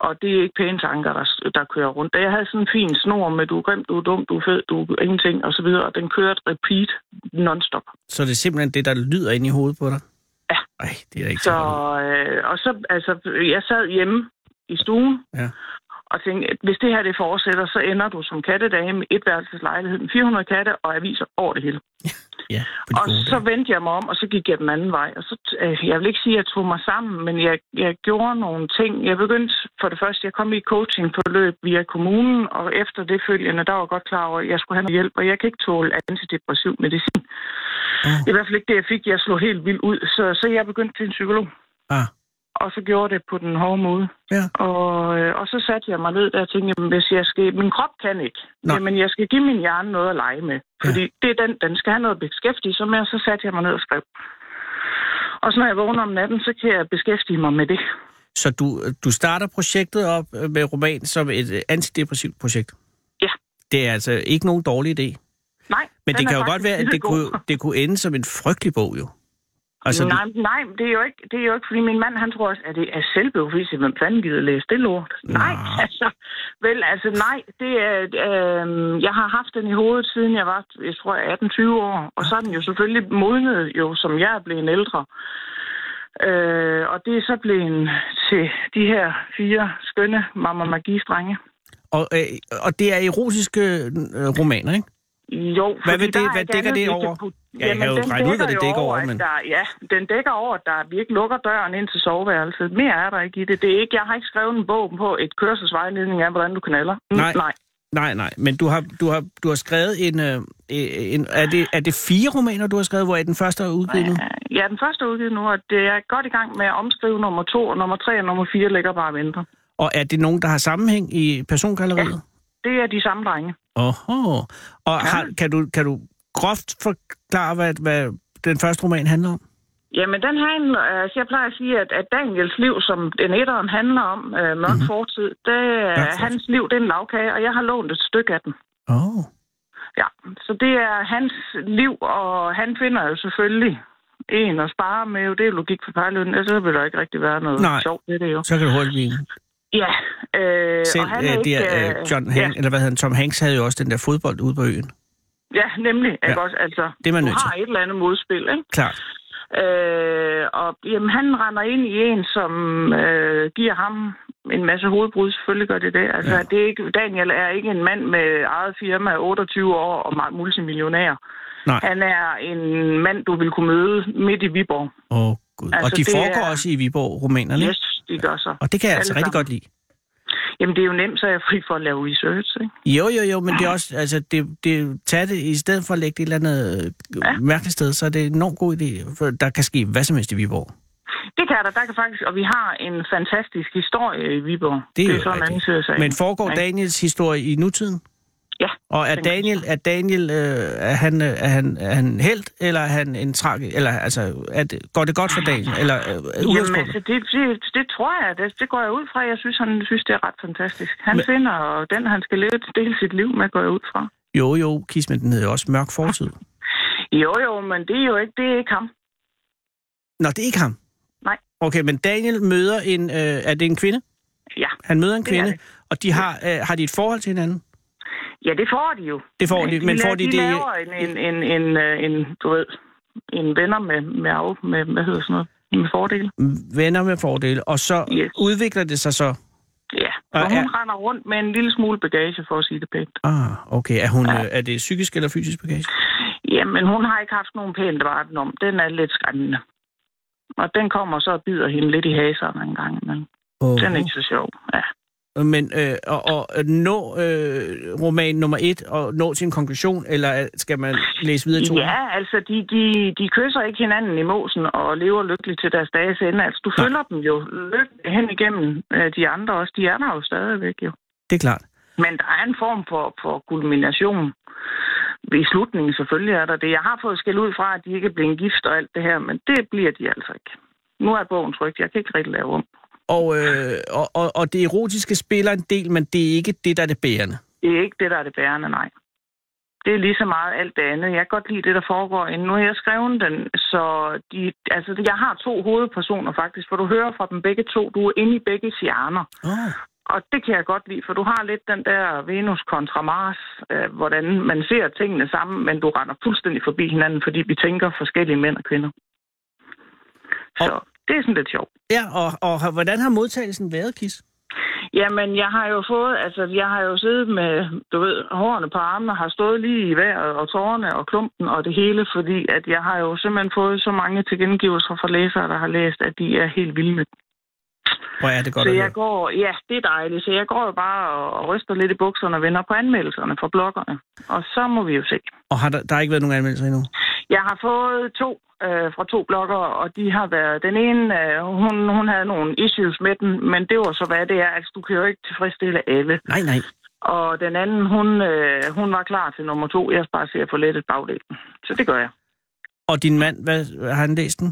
E: Og det er ikke pæne tanker, der, der kører rundt. Da jeg havde sådan en fin snor med, du er grim, du er dum, du er fed, du er ingenting og så videre, og den kørte repeat non-stop.
D: Så det er simpelthen det, der lyder inde i hovedet på dig?
E: Ja.
D: Ej, det er da ikke
E: Så,
D: så... godt.
E: øh, og så, altså, jeg sad hjemme i stuen
D: Ja.
E: og tænkte, at hvis det her det fortsætter, så ender du som kattedame med etværelseslejlighed med 400 katte og aviser over det hele.
D: Ja, på de
E: Og
D: gode
E: så
D: dage.
E: vendte jeg mig om, og så gik jeg den anden vej. Og så, øh, jeg vil ikke sige, at jeg tog mig sammen, men jeg, jeg gjorde nogle ting. Jeg begyndte for det første, jeg kom i coachingforløb via kommunen, og efter det følgende, der var jeg godt klar over, at jeg skulle have noget hjælp, og jeg kan ikke tåle antidepressiv medicin. Det er i hvert fald ikke det, jeg fik. Jeg slog helt vildt ud, så, så jeg begyndte til en psykolog.
D: Ah,
I: og så gjorde det på den hårde måde.
D: Ja.
I: Og, øh, og så satte jeg mig ned der og tænkte, jamen, hvis jeg skal, min krop kan ikke,
D: Nå.
I: jamen jeg skal give min hjerne noget at lege med. Fordi det er den, den skal have noget at beskæftige sig med, og så satte jeg mig ned og skrev. Og så når jeg vågner om natten, så kan jeg beskæftige mig med det.
D: Så du, du starter projektet op øh, med roman som et øh, antidepressivt projekt?
I: Ja.
D: Det er altså ikke nogen dårlig idé.
I: Nej,
D: Men
I: den
D: det
I: er
D: kan jo
I: faktisk
D: godt være, at det
I: skidegod.
D: kunne, det kunne ende som en frygtelig bog, jo. Altså,
I: nej,
D: du,
I: nej, det er, jo ikke, det er jo ikke, fordi min mand, han tror også, at det er selvbiografi, hvem fanden gider læse det lort? Nej, altså, vel, altså nej, det er, øh, jeg har haft den i hovedet, siden jeg var, jeg tror, 18-20 år, og så er den jo selvfølgelig modnet, jo, som jeg er blevet ældre. Øh, og det er så blevet til de her fire skønne Mamma Magi-strenge.
D: og, øh, og det er erotiske øh, romaner, ikke?
I: Jo,
D: Hvad
I: fordi
D: vil
I: der
D: det-
I: er
D: hvad
I: ikke
D: dækker
I: andet,
D: det
I: vi
D: over?
I: kan putte-
D: Ja, jeg
I: Jamen,
D: havde jo
I: den
D: regnet ud, hvad det dækker over,
I: jo
D: men-
I: at Der, ja, den dækker over, at der, vi ikke lukker døren ind til soveværelset. Mere er der ikke i det. det er ikke, jeg har ikke skrevet en bog på et kørselsvejledning af, hvordan du knaller. Mm,
D: Nej.
I: Nej.
D: Nej, nej, men du har, du har, du har skrevet en... Øh, en er, det, er det fire romaner, du har skrevet, hvor den første er udgivet nu?
I: Ja, den første er udgivet nu, og det er godt i gang med at omskrive nummer to, og nummer tre og nummer fire ligger bare og venter.
D: Og er det nogen, der har sammenhæng i persongalleriet?
I: Det er de samme drenge.
D: Oho. Og har, kan, du, kan du groft forklare, hvad, hvad den første roman handler om?
I: Jamen, den handler, altså jeg plejer at sige, at, at Daniels liv, som den etteren handler om, øh, mørk mm-hmm. fortid, det er
D: Mhm. Mørk fortid.
I: hans liv, det er en lavkage, og jeg har lånt et stykke af den.
D: Åh. Oh.
I: Ja, så det er hans liv, og han finder jo selvfølgelig en at spare med. jo. Det er jo logik for parløn, ellers så vil der ikke rigtig være noget
D: Nej.
I: sjovt ved det jo.
D: Så kan du hurtigt blive... en.
I: Ja, øh,
D: Selv
I: og han er
D: øh,
I: ikke...
D: der, øh, John Hanks, ja. eller hvad hedder han, Tom Hanks havde jo også den der fodbold ude på øen.
I: Ja, nemlig. Ja.
D: Ja.
I: Ikke også? Altså,
D: Det er man
I: du
D: nødt til.
I: har et eller andet modspil, ikke?
D: Klart.
I: Øh, og jamen, han render ind i en, som øh, giver ham en masse hovedbrud. Selvfølgelig gør det det. Altså,
D: Ja.
I: ja. det er ikke, Daniel er ikke en mand med eget firma, 28 år og meget multimillionær.
D: Nej.
I: Han er en mand, du vil kunne møde midt i Viborg.
D: Åh, oh, gud. Altså,
I: Altså,
D: og de
I: det
D: foregår er...
I: er-
D: også i Viborg, romanerne. Yes.
I: Yes, de gør så.
D: Og det kan jeg altså
I: Alle
D: rigtig
I: sammen.
D: godt lide.
I: Jamen, det er jo nemt, så er jeg fri for at lave research, ikke?
D: Jo, jo, jo, men det er også, altså, det, det, tag det, i stedet for at lægge det et eller andet ja.
I: Ja.
D: mærkeligt sted, så er det en enormt god idé, for der kan ske hvad som helst i Viborg.
I: Det kan der. Der kan faktisk... Og vi har en fantastisk historie i Viborg.
D: Det er, jo
I: sådan en anden side af
D: rigtigt.
I: sagen.
D: Men foregår
I: Ja.
D: Daniels historie i nutiden?
I: Ja.
D: Og er
I: Den kan
D: Daniel, er Daniel, øh, er han, øh, er han, er han held, eller er han en tragisk, eller altså, er det, går det godt for Daniel, eller øh,
I: Jamen,
D: udgangspunktet?
I: altså, det, det, det tror jeg. Det, det går jeg ud fra. Jeg synes, han synes, det er ret fantastisk. Han
D: Men-
I: Men... finder og den, han skal leve dele sit liv med, går jeg ud fra.
D: Jo, jo, Kismet, den hedder også Mørk Fortid.
I: Ah. Jo, jo, men det er jo ikke, det er ikke ham.
D: Nå, det er ikke ham.
I: Nej.
D: Okay, men Daniel møder en, øh, er det en kvinde?
I: Ja,
D: Han møder en
I: Det er
D: kvinde,
I: det.
D: og de har, øh, har de et forhold til hinanden?
I: ja det får de jo.
D: Det får de, men
I: la-
D: får de det-
I: laver en, en, en, en, øh, en, du ved, en venner med, med, af- med, hvad hedder sådan noget, med fordele.
D: venner med fordele, og så yes.
I: Yes.
D: udvikler det sig så.
I: Ja,
D: Og
I: og hun
D: er-
I: render rundt med en lille smule bagage, for at sige det pænt.
D: Ah, okay. Er, hun, ja. er det psykisk eller fysisk bagage?
I: Jamen, hun har ikke haft nogen pænt varten om. Den er lidt skræmmende. Og den kommer så og bider hende lidt i haserne en gang imellem.
D: Oh.
I: Den er ikke så sjov, ja.
D: Men øh, og, og at nå øh, roman nummer et og nå til en konklusion, eller er- skal man læse videre i to?
I: Ja, altså, de, de, de kysser ikke hinanden i mosen og lever lykkeligt til deres dages ende. Altså, du
D: Nej.
I: følger dem jo lykkeligt hen igennem øh, de andre også. De er der jo stadigvæk, jo.
D: Det er klart.
I: Men der er en form for, for kulmination. I slutningen selvfølgelig er der det. Jeg har fået skæld ud fra, at de ikke er blevet gift og alt det her, men det bliver de altså ikke. Nu er bogen trygt. Jeg kan ikke rigtig lave om.
D: Og, øh, og, og, og det erotiske spiller en del, men det er ikke det, der er det bærende.
I: Det er ikke det, der er det bærende, nej. Det er lige så meget alt det andet. Jeg kan godt lide det, der foregår inde. Nu har jeg skrevet den, så de, altså, jeg har to hovedpersoner faktisk, for du hører fra dem begge to. Du er inde i begge hjerner.
D: Oh.
I: Og det kan jeg godt lide, for du har lidt den der Venus kontra Mars, øh, hvordan man ser tingene sammen, men du render fuldstændig forbi hinanden, fordi vi tænker forskellige mænd og kvinder. Så det er sådan lidt sjovt.
D: Ja, og, og har- hvordan har modtagelsen været, Kis?
I: Jamen, jeg har jo fået, altså, jeg har jo siddet med, du ved, hårene på armene, har stået lige i vejret, og tårerne og klumpen og det hele, fordi at jeg har jo simpelthen fået så mange tilkendegivelser fra læsere, der har læst, at de er helt vilde med. den.
D: Hvor er det godt
I: Så
D: at
I: jeg
D: høre.
I: går, ja, det er dejligt, så jeg går jo bare og, og ryster lidt i bukserne og vender på anmeldelserne fra bloggerne, og så må vi jo se.
D: Og har der, der har ikke været nogen anmeldelser endnu?
I: Jeg har fået to øh, fra to blokker, og de har været... Den ene, øh, hun, hun havde nogle issues med den, men det var så, hvad det er. Altså, du kan jo ikke tilfredsstille alle.
D: Nej, nej.
I: Og den anden, hun, øh, hun var klar til nummer to. Jeg skal bare se at få lettet bagdelen. Så det gør jeg.
D: Og din mand, hvad, har han læst den?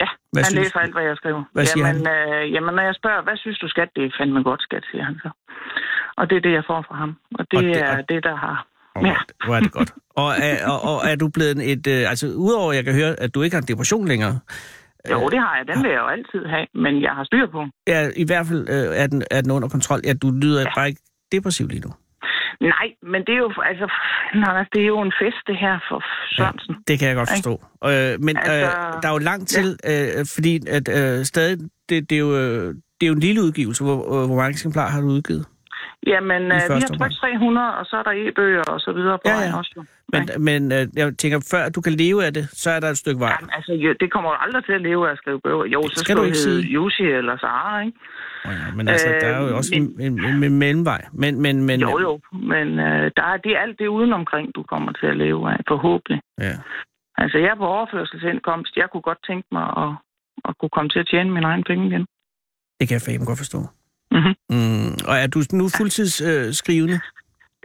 I: Ja,
D: Hvad
I: hvad han
D: synes
I: læser
D: du?
I: alt, hvad jeg skriver.
D: Hvad siger
I: jamen, Øh, jamen, når jeg spørger, hvad synes du, skat? Det er fandme godt, skat, siger han så. Og det er det, jeg får fra ham. Og
D: Og
I: det, og
D: det-
I: det er
D: og-
I: det, der har...
D: Alright,
I: Ja.
D: Hvor er det godt. Og er, og, og er du blevet et... Øh, altså, udover at jeg kan høre, at du ikke har en depression længere,
I: Jo, det har jeg. Den vil jeg jo altid have, men jeg har styr på.
D: er, i hvert fald øh, er, den, er den under kontrol. Ja, du lyder ja. bare ikke depressiv lige nu.
I: Nej, men det er jo... Altså, nej, det er jo en fest, det her for Sørensen.
D: Det kan jeg godt forstå. Øh, men øh,
I: Altså-
D: der er jo langt til, øh, fordi at, øh, stadig, det, det, er jo, øh, det er jo en lille udgivelse. Hvor, øh, hvor mange eksemplarer har du udgivet?
I: Jamen, øh, vi
D: første
I: har trykt 300, og så er der e-bøger og så videre på
D: Ja,
I: ja,
D: ja.
I: ja. også. Jo.
D: Men, men øh, jeg tænker, før du kan leve af det, så er der et stykke vej.
I: Jamen, altså, jo, det kommer jo aldrig til at leve af at skrive bøger. Jo, så
D: skal
I: skal,
D: du
I: du
D: ikke
I: hedde
D: sige.
I: Jussi eller Sara, ikke?
D: Nå Ja, men altså,
I: Øh,
D: der er jo også
I: men-
D: en, en, en mellemvej. Men, men, men,
I: Jo, jo, men øh, der er, det er alt det udenomkring, du kommer til at leve af, forhåbentlig.
D: Ja.
I: Altså, jeg er på overførselsindkomst. Jeg kunne godt tænke mig at, at kunne komme til at tjene mine egne penge igen.
D: Det kan jeg fandme godt forstå.
I: Mhm.
D: Mm, og er du nu fuldtidsskrivende? Øh, skrivende?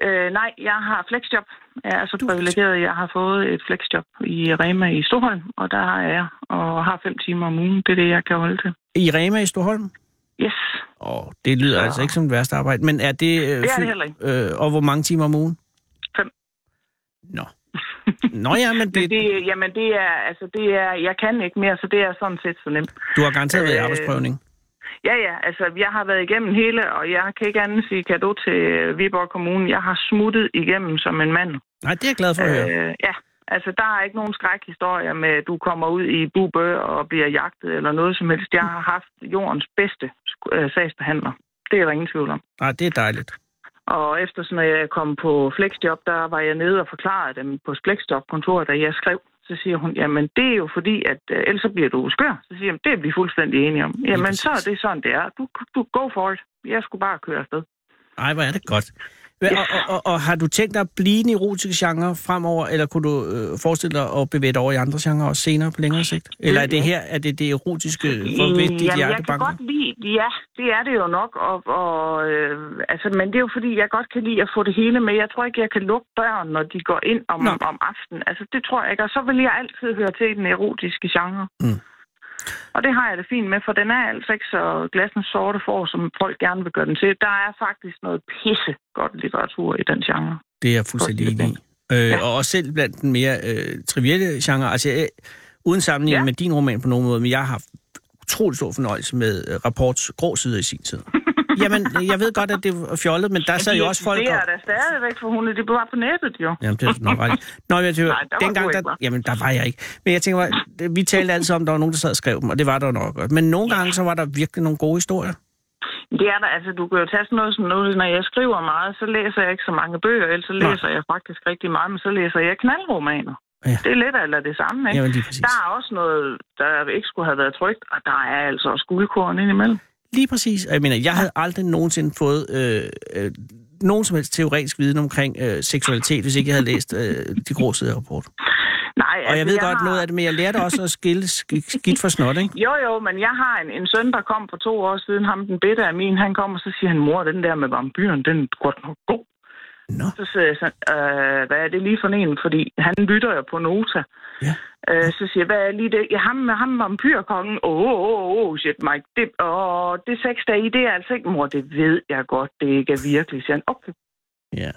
I: Øh, nej, jeg har flexjob. Jeg er så
D: Du-
I: privilegeret, jeg har fået et flexjob i Rema i Stockholm, og der har jeg og har fem timer om ugen. Det er det, jeg kan holde til.
D: I Rema i Storholm?
I: Yes.
D: Åh, det lyder
I: Så-
D: altså ikke som det værste arbejde, men er det... Øh,
I: det
D: fuld-
I: heller ikke.
D: Øh, og hvor mange timer om ugen?
I: Fem.
D: Nå. Nå ja, men
I: [laughs]
D: det,
I: Det, det, jamen, det er, altså, det er, jeg kan ikke mere, så det er sådan set så nemt.
D: du har garanteret været i
I: Øh,
D: arbejdsprøvning.
I: Ja, ja, altså jeg har været igennem hele, og jeg kan ikke andet sige kado til øh, Viborg Kommune. Jeg har smuttet igennem som en mand.
D: Nej, det er jeg glad for at høre.
I: Øh, ja, altså der er ikke nogen skrækhistorier med, at du kommer ud i bubø og bliver jagtet eller noget som helst. Jeg har haft jordens bedste øh, sagsbehandler. Det er der ingen tvivl om.
D: Nej, det er dejligt.
I: Og efter sådan, at jeg kom på flexjob, der var jeg nede og forklarede dem på flexjob-kontoret, da jeg skrev. Så siger hun, jamen det er jo fordi, at øh, ellers så bliver du skør. Så siger jeg, "Jamen, det er vi fuldstændig enige om. Jamen så er det sådan, det er. Du, du go for it. Jeg skulle bare køre afsted.
D: Ej, hvor er det godt. Hva-
I: Ja.
D: Og, og, og, og har du tænkt dig at blive i den erotiske genre fremover, eller kunne du øh, forestille dig at bevæge dig over i andre genrer også senere på længere sigt? Eller er det her, er det det erotiske, for hvis dit
I: Jamen,
D: hjerte
I: jeg kan
D: banker?
I: godt lide, ja, det er det jo nok. Og, og, øh, altså, men det er jo fordi, jeg godt kan lide at få det hele med. Jeg tror ikke, jeg kan lukke døren, når de går ind om,
D: Nå.
I: om aftenen. Altså, det tror jeg ikke. Og så vil jeg altid høre til i den erotiske genre.
D: Mm.
I: Og det har jeg det fint med, for den er altså ikke så glassen sorte for, som folk gerne vil gøre den til. Der er faktisk noget pisse godt litteratur i den genre.
D: Det er jeg fuldstændig
I: Godt, det er
D: enig i. Øh, og også selv blandt den mere øh, trivielle genre. Altså, øh, uden sammenligning ja.
I: Ja.
D: med din roman på nogen måde, men jeg har haft utrolig stor fornøjelse med øh, Rapports grå sider i sin
I: [laughs]
D: tid. Jamen, jeg ved godt, at det var fjollet, men der sad Altså, jo også folk...
I: Det
D: og-
I: er der stadigvæk for hunde. De blev bare på nettet, jo.
D: Jamen, det er nok ret. Nå, men jeg tænker,
I: Nej, der var du
D: dengang,
I: ikke,
D: der,
I: hva'?
D: jamen, der var jeg ikke. Men jeg tænker, bare, det- vi talte altid om, at der var nogen, der sad og skrev dem, og det var der jo nok også. Men nogle gange, så var der virkelig nogle gode historier.
I: Det er der, altså du kan jo tage sådan noget som noget, når jeg skriver meget, så læser jeg ikke så mange bøger, ellers så
D: Nej.
I: læser jeg faktisk rigtig meget, men så læser jeg knaldromaner.
D: Ja.
I: Det er lidt eller det samme, ikke?
D: Jamen, lige præcis.
I: der er også noget, der ikke skulle have været trygt, og der er altså også guldkorn indimellem.
D: Lige præcis. Og Jeg mener, jeg havde aldrig nogensinde fået øh, øh, nogen som helst teoretisk viden omkring øh, seksualitet, hvis ikke jeg havde læst øh, De Grå Sider rapport.
I: Nej, altså,
D: Og jeg ved godt noget af det, men jeg lærte også at skille sk- skidt for snot, ikke?
I: Jo, jo, men jeg har en, en søn, der kom for to år siden, ham den bedre af min, han kom, og så siger han, mor, den der med vampyren, den er godt nok god.
D: Nå.
I: Så siger jeg sådan, øh, hvad er det lige for en? Fordi han lytter jo på Nota.
D: Ja.
I: Øh, så siger jeg, hvad er lige det? Ja, ham, ham vampyrkongen. Åh, oh, åh, oh, oh, shit, Mike. Det, oh, det sex der i, det er altså ikke... Mor, det ved jeg godt, det ikke er virkelig. Siger han, okay.
D: Ja.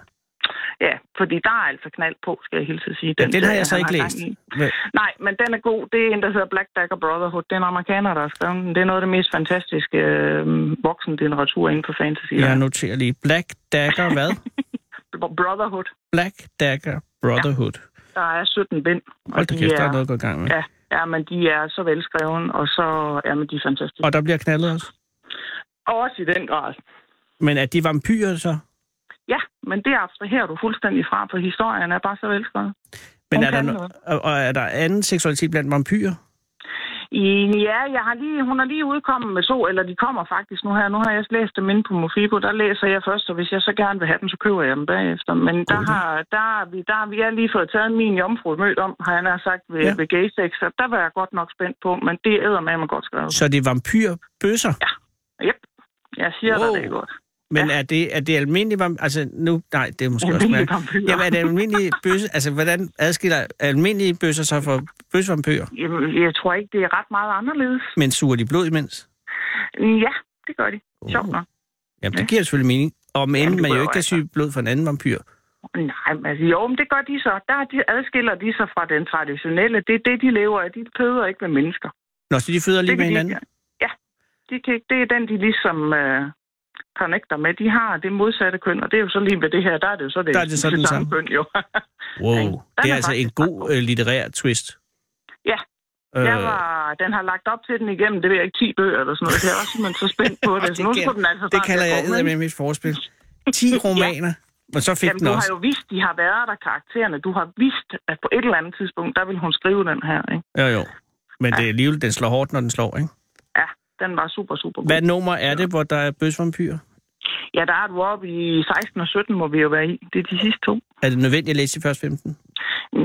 I: Ja, fordi der er altså knald på, skal jeg hilse at sige.
D: Den, den har
I: serie,
D: jeg så
I: han
D: ikke
I: har
D: læst.
I: gang i.
D: Hvad-
I: Nej, men den er god. Det er en, der hedder Black Dagger Brotherhood. Det er en amerikaner, der har skrevet den. Det er noget af det mest fantastiske øh, voksenlitteratur inden for fantasy.
D: Jeg noterer lige. Black Dagger hvad?
I: Brotherhood.
D: Black Dagger Brotherhood.
I: Der er 17 bind. og
D: Hold da
I: de
D: kæft,
I: er-
D: der er noget at gå i gang med.
I: Ja, ja, men de er så velskreven, og så er men de er fantastiske.
D: Og der bliver knaldet også.
I: Også i den grad.
D: Men er de vampyrer så?
I: Ja, men det abstraherer du fuldstændig fra, for historien er bare så velskrevet.
D: Men
I: Hun
D: er der,
I: kan
D: no-
I: noget.
D: og og er der anden seksualitet blandt vampyrer?
I: I- Ja, jeg har lige, hun er lige udkommet med så, eller de kommer faktisk nu her. Nu har jeg læst dem inde på Mofibo, der læser jeg først, og hvis jeg så gerne vil have dem, så køber jeg dem bagefter. Men der har, der, har vi, der har vi jeg har lige fået taget min jomfru mødt om, har jeg nær sagt, ved,
D: Ja.
I: ja. ved Gaysex, så der var jeg godt nok spændt på, men det æder med mig godt skrevet.
D: Så det er vampyrbøsser? Ja.
I: Yep. Jeg siger wow. dig,
D: Wow.
I: det er godt.
D: Men er det, er det almindelige vampyr... Altså nu... Nej, det er måske også
I: Almindelige
D: mærkeligt.
I: vampyrer.
D: Jamen er det almindelige bøsser... Altså hvordan adskiller almindelige bøsser sig fra bøsvampyrer?
I: Jamen, jeg tror ikke, det er ret meget anderledes.
D: Men suger de blod imens?
I: Ja, det gør de. Sjovt nok.
D: Jamen det giver selvfølgelig mening. Om
I: Jamen,
D: end
I: det
D: man jo
I: prøver
D: ikke kan
I: jeg altså.
D: syge blod fra en anden vampyr.
I: Nej, men altså, jo, men det gør de så. Der de adskiller de sig fra den traditionelle. Det er det, de lever af. De føder ikke med mennesker.
D: Nå, så de føder lige
I: det
D: med
I: kan de
D: hinanden?
I: ikke- Ja, de kan ikke. det er den, de ligesom øh, connecter med. De har det modsatte køn, og det er jo så lige ved det her. Der er det jo så det,
D: Der er det så den samme.
I: køn, jo. [laughs] Den
D: Wow, det
I: er
D: er altså en
I: faktisk
D: god øh, litterær twist.
I: Ja.
D: Øh,
I: Jeg var, den har lagt op til den igennem, det ved jeg ikke, 10 bøger eller sådan noget. Jeg er også simpelthen så spændt
D: [laughs]
I: på det. Så nu
D: det,
I: skulle den altså
D: kan, det
I: snart
D: kalder
I: være
D: jeg
I: kommet,
D: edder
I: ikke?
D: med mit
I: [laughs]
D: forspil. 10 romaner, og så fik
I: Jamen,
D: den
I: du har
D: også.
I: jo vidst, de har været der, karaktererne. Du har vidst, at på et eller andet tidspunkt, der vil hun skrive den her, ikke?
D: Jo, jo. Men det er alligevel, den slår hårdt, når den slår, ikke?
I: Ja, den var super, super god.
D: Hvad nummer er det, hvor der er bøsvampyrer?
I: Ja, der er et warp i 16 og 17, må vi jo være i. Det er de sidste to.
D: Er det nødvendigt at læse de første 15?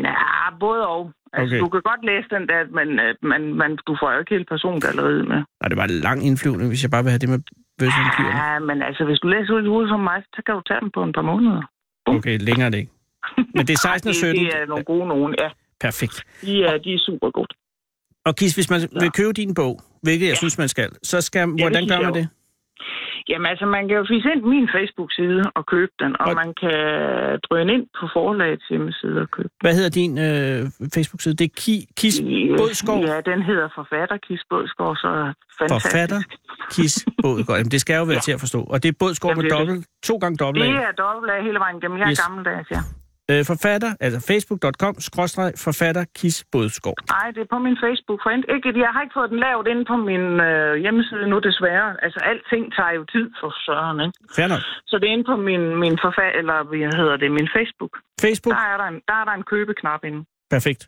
I: Ja, både og. Altså,
D: Okay.
I: okay. du kan godt læse den der, men, øh, men, men du får jo ikke helt persongalleriet med.
D: Nej, det var en lang indflyvning, hvis jeg bare vil have det med bøsvampyrerne.
I: Ja, men altså, hvis du læser ud i hovedet som mig, så kan du tage dem på en par måneder.
D: Okay, længere er det ikke. Men det er 16 og
I: Ej,
D: 17.
I: Det, det er nogle gode nogen, ja.
D: Perfekt.
I: De er, de er super gode.
D: Og Kis, hvis man vil købe din bog, hvilket jeg synes, man skal, så skal, hvordan
I: synes
D: gør
I: jeg
D: man
I: jo.
D: det?
I: Jamen altså, man kan jo fisse ind på min Facebook-side og købe den, og,
D: Og-
I: og man kan drøne ind på forlagets hjemmeside og købe
D: Hvad hedder din øh, Facebook-side? Det er Ki, Kis
I: Ja,
D: Bådskov.
I: Ja, den hedder Forfatter Kis Bådskov, så fantastisk.
D: Forfatter Kis Bådskov. Jamen, det skal jo være til at forstå. Og det er Bådskov
I: Jamen,
D: med
I: det er det.
D: dobbelt, to gange dobbelt
I: Det
D: A.
I: er dobbelt af hele vejen gennem. Jeg er
D: Yes.
I: yes. gammeldags, ja.
D: Øh, forfatter, altså facebook.com, skråstreg, forfatter Kis Bådskov.
I: Nej, det er på min Facebook. Friend. Ikke, jeg har ikke fået den lavet inde på min øh, hjemmeside nu, desværre. Altså, alting tager jo tid for søren, ikke?
D: Fair nok.
I: Så det er inde på min, min forfatter, eller hvad hedder det, min Facebook.
D: Facebook,
I: Der er der en, der er der en købeknap inde.
D: perfekt.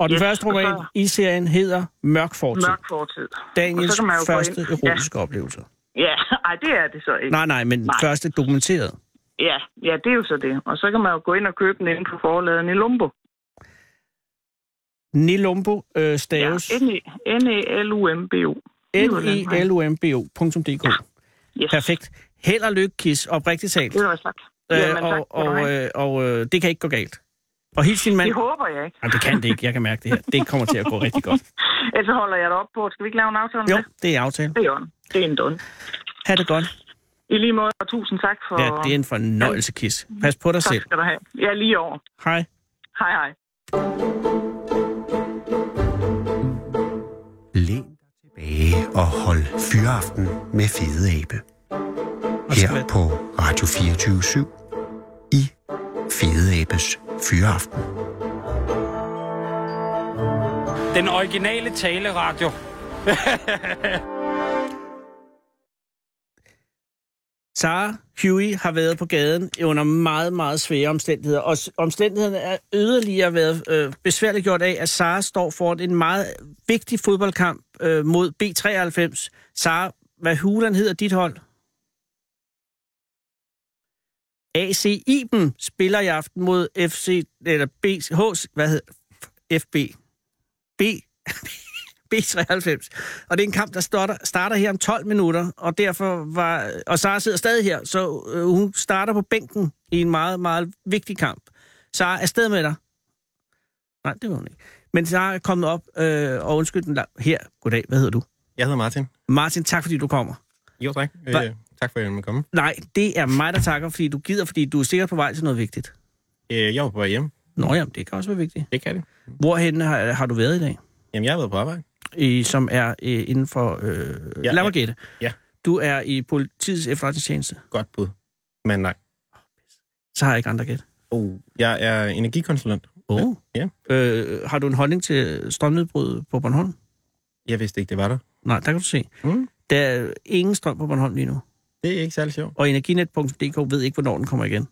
D: Og den
I: Yes,
D: første
I: og så-
D: roman i serien hedder Mørk Fortid.
I: Mørk fortid. Og
D: Daniels
I: så kan man jo gå
D: første
I: ind-
D: erotiske oplevelse.
I: Ja, [laughs] ej, det er det så ikke.
D: Nej, nej, men
I: Nej.
D: første dokumenteret.
I: Ja, ja, det er jo så det. Og så kan man jo gå ind og købe den inde på forladen i Lumbo.
D: Nilumbo øh, staves
I: Ja, E, N-E- N-E-L-U-M-B-O.
D: E nelumbo.dk.
I: Yes.
D: Perfekt. Held og lykke, Kis, oprigtigt talt.
I: Det var tak.
D: Øh,
I: Jamen, tak
D: og
I: skal du
D: og,
I: have.
D: øh, og øh, det kan ikke gå galt. Og hils din mand.
I: Det håber jeg ikke.
D: Jamen, det kan det ikke. Jeg kan mærke det her. Det kommer til at gå rigtig godt.
I: Ellers så holder jeg dig op på. Skal vi ikke lave en aftale om
D: Jo,
I: det?
D: det er aftalen.
I: Det er Jørgen. Det er en dun.
D: Ha' det godt.
I: I lige måde, og tusind tak for...
D: Ja, det er en fornøjelse, Kis. Pas på dig
I: Tak
D: selv.
I: skal du have. Ja, lige over.
D: Hej.
I: Hej, hej.
C: Læn dig tilbage og hold fyraften med Fede Abe. Her
D: hvad-
C: på Radio 24 i Fede Abes Fyraften.
J: Den originale taleradio.
D: Sara Huey har været på gaden under meget, meget svære omstændigheder, og s- omstændighederne er yderligere været øh, besværligt gjort af, at Sara står for en meget vigtig fodboldkamp øh, mod B93. Sara, hvad hulen hedder dit hold? AC Iben spiller i aften mod FC, eller B, H, hvad hedder FB? B, B93. Og det er en kamp, der starter, starter her om 12 minutter, og derfor var... Og Sara sidder stadig her, så øh, hun starter på bænken i en meget, meget vigtig kamp. Sara, afsted med dig. Nej, det var hun ikke. Men Sara er kommet op, øh, og undskyld den lang... Her, goddag, hvad hedder du?
K: Jeg hedder Martin.
D: Martin, tak fordi du kommer.
K: Jo, tak.
D: Hva-
K: Øh, tak for, at jeg måtte komme.
D: Nej, det er mig, der takker, fordi du gider, fordi du er sikkert på vej til noget vigtigt.
K: Øh, jeg var på vej hjem.
D: Nå jamen, det kan også være vigtigt.
K: Det kan det.
D: Hvorhen har, har du været i dag?
K: Jamen, jeg har været på arbejde.
D: I, som er øh, inden for... Øh, ja,
K: Ja,
D: lad
K: ja.
D: mig gætte.
K: Ja.
D: Du er i politiets efterretningstjeneste.
K: Godt bud. Men nej.
D: Så har jeg ikke andre gæt.
K: Oh. Jeg er energikonsulent.
D: Oh.
K: Ja.
D: Øh, har du en holdning til strømnedbrud på Bornholm?
K: Jeg vidste ikke, det var der.
D: Nej, der kan du se.
K: Mm.
D: Der er ingen strøm på Bornholm lige nu.
K: Det er ikke særlig sjovt.
D: Og energinet.dk ved ikke, hvornår den kommer igen.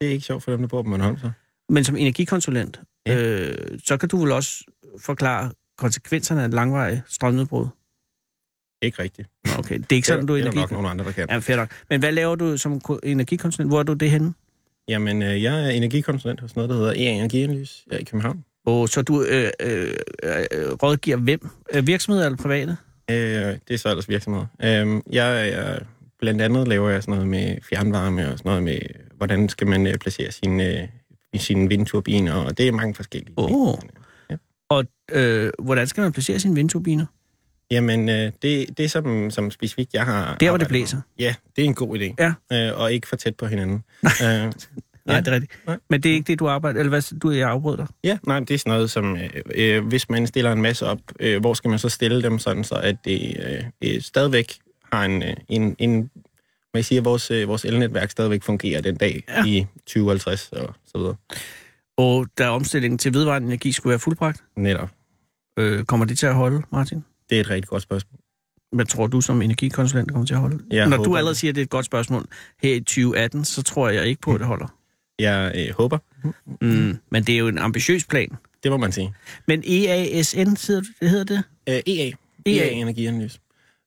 K: Det er ikke sjovt for dem, der bor på Bornholm, så.
D: Men som energikonsulent,
K: Ja.
D: øh, så kan du vel også forklare konsekvenserne af et langvarigt strømnedbrud?
I: Ikke rigtigt.
D: Okay, det er ikke sådan, du er
I: det er der
D: energi...
I: nok nogle andre, der kan.
D: Ja, fair nok. Men hvad laver du som ko- energikonsulent? Hvor er du det henne?
I: Jamen, øh, jeg er energikonsulent hos noget, der hedder EA Energianalyse her i København.
D: Og så du øh, øh, øh, øh, rådgiver hvem? Øh, Virksomheder eller private?
I: Øh, det er så ellers virksomheder. Øh, jeg er, blandt andet laver jeg sådan noget med fjernvarme og sådan noget med, hvordan skal man øh, placere sine, øh, sine vindturbiner, og det er mange forskellige
D: Åh.
I: ting.
D: Og øh, hvordan skal man placere sine vindturbiner?
I: Jamen, øh, det, det som, som specifikt jeg har...
D: det
I: arbejdet med.
D: blæser.
I: Ja, det er en god idé.
D: Ja.
I: Øh, og ikke for tæt
D: [laughs]
I: på hinanden. øh,
D: Nej,
I: Ja.
D: det er rigtigt.
I: Nej.
D: Men det er ikke det, du arbejder... Eller hvad, du jeg afbrød dig.
I: ja, nej, det er sådan noget som, øh, øh, hvis man stiller en masse op, øh, hvor skal man så stille dem, sådan så at det øh, øh, stadigvæk har en... Øh, en, en man siger, at vores, øh, vores elnetværk stadigvæk fungerer den dag
D: Ja.
I: ja. i 2050 og så videre.
D: Og da omstillingen til vedvarende energi skulle være fuldbragt,
I: Netop.
D: øh, kommer det til at holde, Martin?
I: Det er et rigtig godt spørgsmål.
D: Hvad tror du som energikonsulent kommer til at holde?
I: Jeg
D: Når du
I: håber
D: allerede
I: det.
D: siger, at det er et godt spørgsmål her i 2018, så tror jeg ikke på, at det holder.
I: Jeg øh, håber.
D: Mm. Men det er jo en ambitiøs plan.
I: Det må man sige.
D: Men E EASN hedder det, hedder det?
I: Øh, EA.
D: EA.
I: EA Energianalyse.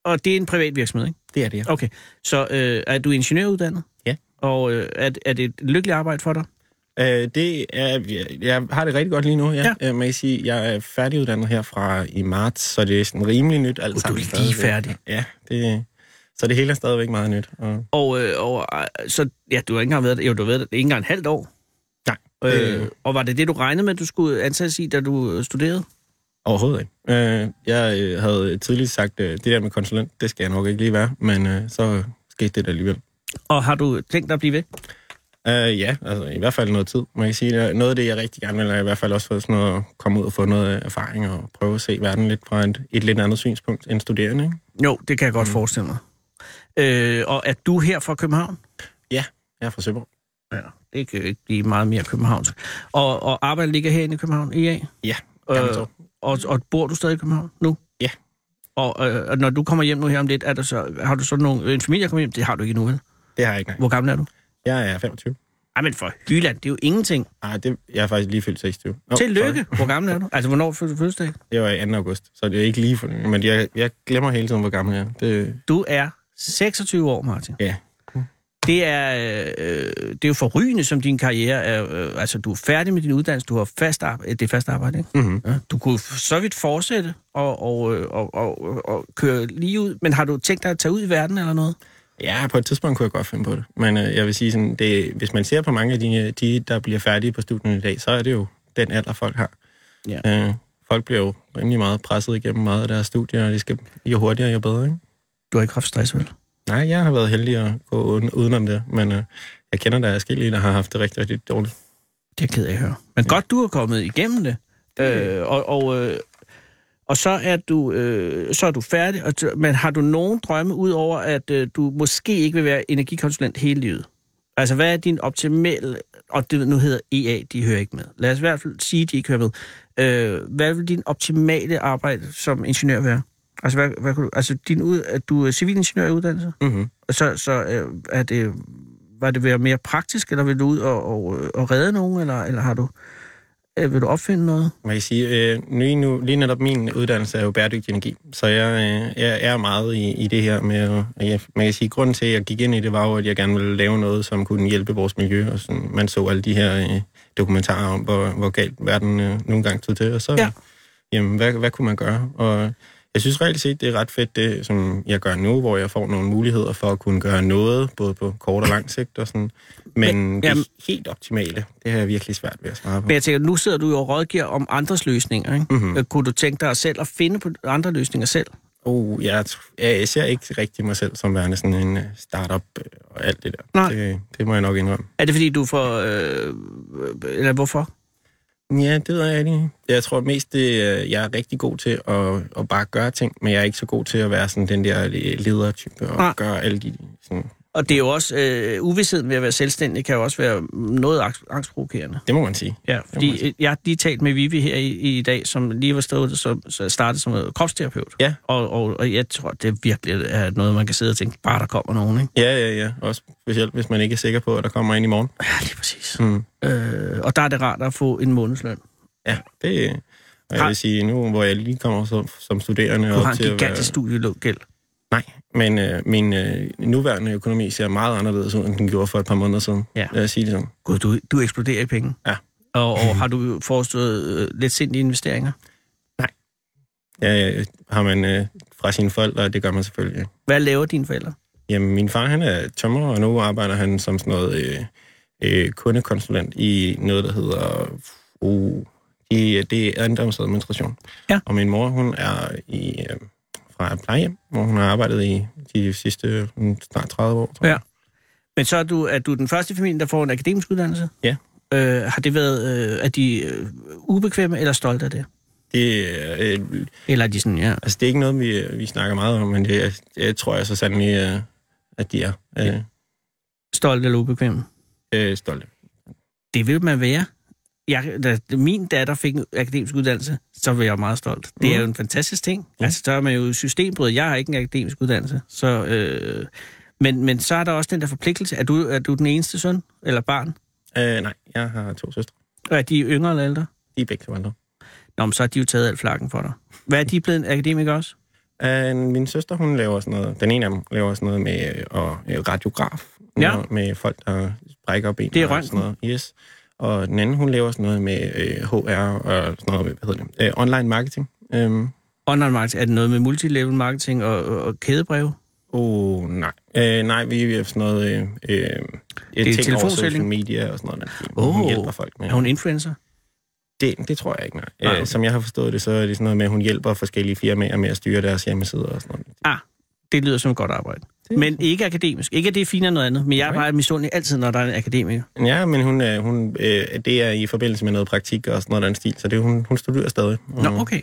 D: Og det er en privat virksomhed, ikke?
I: Det er det, ja.
D: Okay. Så øh, er du ingeniøruddannet?
I: Ja.
D: Og øh, er, er det et lykkeligt arbejde for dig?
I: Øh, det er, jeg, jeg har det rigtig godt lige nu, ja. ja. Øh, man kan sige, jeg er færdiguddannet her fra i marts, så det er sådan rimelig nyt alt
D: Du er
I: sammen.
D: lige
I: stadigvæk.
D: færdig.
I: Ja, det, så det hele er stadigvæk meget nyt. Og,
D: Og, øh, og øh, så, ja, du har ikke engang været der. Jo, du har været der ikke engang et halvt år.
I: nej,
D: Øh,
I: øh,
D: og var det det, du regnede med, du skulle ansættes i, da du øh, studerede?
I: overhovedet ikke. Øh, jeg øh, havde tidligt sagt, øh, det der med konsulent, det skal jeg nok ikke lige være, men øh, så skete det da alligevel.
D: Og har du tænkt dig at blive ved?
I: Øh, ja, altså i hvert fald noget tid. Man kan sige, at noget af det, jeg rigtig gerne vil, er i hvert fald også for sådan noget, at komme ud og få noget erfaring og prøve at se verden lidt fra et, et lidt andet synspunkt end studerende. Ikke?
D: Jo, det kan jeg godt mm. forestille mig. Øh, og er du her fra København?
I: Ja, jeg er fra Søborg.
D: Ja. Det kan jo ikke blive meget mere københavnsk. Og, og arbejdet ligger herinde i København, E EA?
I: Ja, gammel
D: Øh,
I: Torv.
D: og, og bor du stadig i København nu?
I: Ja.
D: Og, øh, og når du kommer hjem nu her om lidt, er der så, har du så nogen, en familie, der kommer hjem? Det har du ikke nu, vel?
I: Det har jeg ikke engang.
D: Hvor gammel er du?
I: Jeg er 25.
D: Ej, men for Jylland, det er jo ingenting.
I: Nej, det, jeg er faktisk lige fyldt 26. Oh,
D: Oh, Tillykke. [laughs] Hvor gammel er du? Altså, hvornår fødte du fødselsdag?
I: Det var 2. august, så det er ikke lige for Men jeg, jeg glemmer hele tiden, hvor gammel jeg er. Det,
D: Du er 26 år, Martin.
I: ja.
D: Det er, øh, det er jo forrygende, som din karriere er. Øh, altså, du er færdig med din uddannelse, du har fast arbejde, det er fast arbejde, ikke?
I: Mm-hmm.
D: Ja. Du kunne f- så vidt fortsætte og, og, øh, og, og, og køre lige ud, men har du tænkt dig at tage ud i verden eller noget?
I: ja, på et tidspunkt kunne jeg godt finde på det. Men øh, jeg vil sige, sådan, det, hvis man ser på mange af de, øh, de, der bliver færdige på studiet i dag, så er det jo den alder, folk har.
D: Ja.
I: Øh, folk bliver jo rimelig meget presset igennem meget af deres studier, og de skal jo hurtigere, jo bedre. Ikke?
D: Du har ikke haft stress, vel?
I: Nej, jeg har været heldig at gå uden, udenom det, men øh, jeg kender der er skille, der har haft det rigtig, rigtig dårligt.
D: Det er jeg ked af at høre. Men ja. godt, du er kommet igennem det. Øh, og, og, øh, og så er du øh, så er du færdig. Og, t- men har du nogen drømme ud over, at øh, du måske ikke vil være energikonsulent hele livet? Altså, hvad er din optimale... Og det nu hedder EA, de hører ikke med. Lad os i hvert fald sige, de ikke hører med. Øh, hvad vil din optimale arbejde som ingeniør være? Altså, hvad, hvad kunne du, altså din ud, at du er civilingeniør i uddannelse?
I: Mm-hmm.
D: Og så, så øh, er det, var det være mere praktisk, eller vil du ud og, og, øh, og redde nogen, eller, eller har du, øh, vil du opfinde noget?
I: Man kan sige, øh, lige, nu, lige netop min uddannelse er jo bæredygtig energi, så jeg, øh, jeg er meget i, i det her med, at- at jeg, man kan sige, grunden til, at jeg gik ind i det, var jo, at jeg gerne ville lave noget, som kunne hjælpe vores miljø, og sådan, man så alle de her øh, dokumentarer om, hvor, hvor galt verden øh, nogle gange tog til, og så,
D: Ja.
I: ja. jamen, hvad, hvad kunne man gøre? Og jeg synes reelt set, det er ret fedt, det som jeg gør nu, hvor jeg får nogle muligheder for at kunne gøre noget, både på kort og lang sigt, og sådan. Men,
D: Men,
I: Men
D: jamen-
I: det helt optimale, det har jeg virkelig svært ved at svare på.
D: Men jeg tænker, nu sidder du jo og rådgiver om andres løsninger, ikke?
I: Mhm.
D: Øh, Kunne du tænke dig selv at finde på andre løsninger selv?
I: Oh, jeg, tr- ja, jeg ser ikke rigtig mig selv som værende sådan en øh, startup øh, og alt det der.
D: Nej.
I: Det, det må jeg nok indrømme.
D: Er det fordi, du får... Øh, eller hvorfor?
I: Ja, det ved jeg ikke. Jeg tror mest, det, øh, jeg er rigtig god til at, at bare gøre ting, men jeg er ikke så god til at være sådan den der ledertype og
D: Nej.
I: gøre alle de... Sådan.
D: Og det er jo også... Øh, uvidsheden ved at være selvstændig kan jo også være noget angst- angstprovokerende.
I: Det må man sige.
D: Ja,
I: må man
D: fordi øh, jeg har lige talt med Vivi her i, i dag, som lige var stået, som, så startet som øh, kropsterapeut.
I: Ja.
D: Og, og, og jeg tror, det virkelig er noget, man kan sidde og tænke, bare der kommer nogen, ikke?
I: Ja, ja, ja. Også specielt, hvis man ikke er sikker på, at der kommer en i morgen.
D: Ja, lige præcis.
I: Mm.
D: Øh, og der er det rart at få en månedsløn.
I: Ja, det... Og
D: Har-
I: jeg vil sige, nu hvor jeg lige kommer som, som studerende
D: Du
I: op
D: har en
I: til at være...
D: gigantisk studielångæld.
I: Nej, men øh, min øh, nuværende økonomi ser meget anderledes ud, end den gjorde for et par måneder siden.
D: Ja.
I: Lad os sige det sådan.
D: Gud, du, du eksploderer i penge.
I: Ja.
D: Og, og har du forestået øh, lidt sindige investeringer?
I: Ja, øh, har man øh, fra sine forældre, det gør man selvfølgelig. ikke?
D: Hvad laver dine forældre?
I: Jamen, min far, han er tømrer, og nu arbejder han som sådan noget øh, øh, kundekonsulent i noget, der hedder... Uh, i, det er ejendomsadministration.
D: Ja.
I: Og min mor, hun er i, øh, fra et plejehjem, hvor hun har arbejdet i de sidste øh, snart 30 år. tror jeg.
D: Ja. Men så er du, er du den første i familien, der får en akademisk uddannelse?
I: Ja.
D: Øh, har det været, øh, er de øh, ubekvemme eller stolte af det?
I: Det, er, øh,
D: Eller er de sådan, ja,
I: altså, det er ikke noget, vi, vi snakker meget om, men det, er- det tror jeg så sandelig, øh, at de er øh,
D: stolte eller ubekvemme?
I: øh, stolte.
D: Det vil man være. Jeg, da min datter fik en akademisk uddannelse, så var jeg meget stolt. Det
I: Mm.
D: er jo en fantastisk ting. Ja. Altså, der er man jo systembrud. Jeg har ikke en akademisk uddannelse. Så, øh, men, men så er der også den der forpligtelse. Er du, er du den eneste søn eller barn?
I: Øh, nej, jeg har to søstre.
D: Og er de yngre eller ældre?
I: De er begge to andre.
D: Nå, men så har de jo taget alt flakken for dig. Hvad er de blevet akademikere også?
I: Øh, min søster, hun laver sådan noget, den ene af dem laver sådan noget med øh, og, øh, radiograf,
D: Ja.
I: Noget med folk, der brækker ben
D: Det er
I: og sådan noget. Yes. Og den anden, hun laver sådan noget med øh, HR og sådan noget, hvad hedder det, øh, online marketing. Øhm,
D: Online marketing, er det noget med multilevel marketing og, og, og kædebreve?
I: oh, nej. Øh, nej, vi er sådan noget, øh, øh, det
D: telefonsælling.
I: social media og sådan noget. der-
D: Åh.
I: Hun hjælper folk med.
D: Oh. Er hun influencer?
I: Det, det tror jeg ikke, nej.
D: Nej,
I: nej
D: okay.
I: okay. Som jeg har forstået det, så er det sådan noget med, at hun hjælper forskellige firmaer med at styre deres hjemmesider og sådan noget.
D: Ah, det lyder som et godt arbejde. Men ikke akademisk. Ikke, at det er finere end noget andet, men jeg er
I: Nej.
D: bare misundelig altid, når der er en akademiker.
I: Ja, men hun, øh, hun, øh, det er i forbindelse med noget praktik og sådan noget af den stil, så det, er hun, hun studerer stadig. Mm.
D: Nå, okay.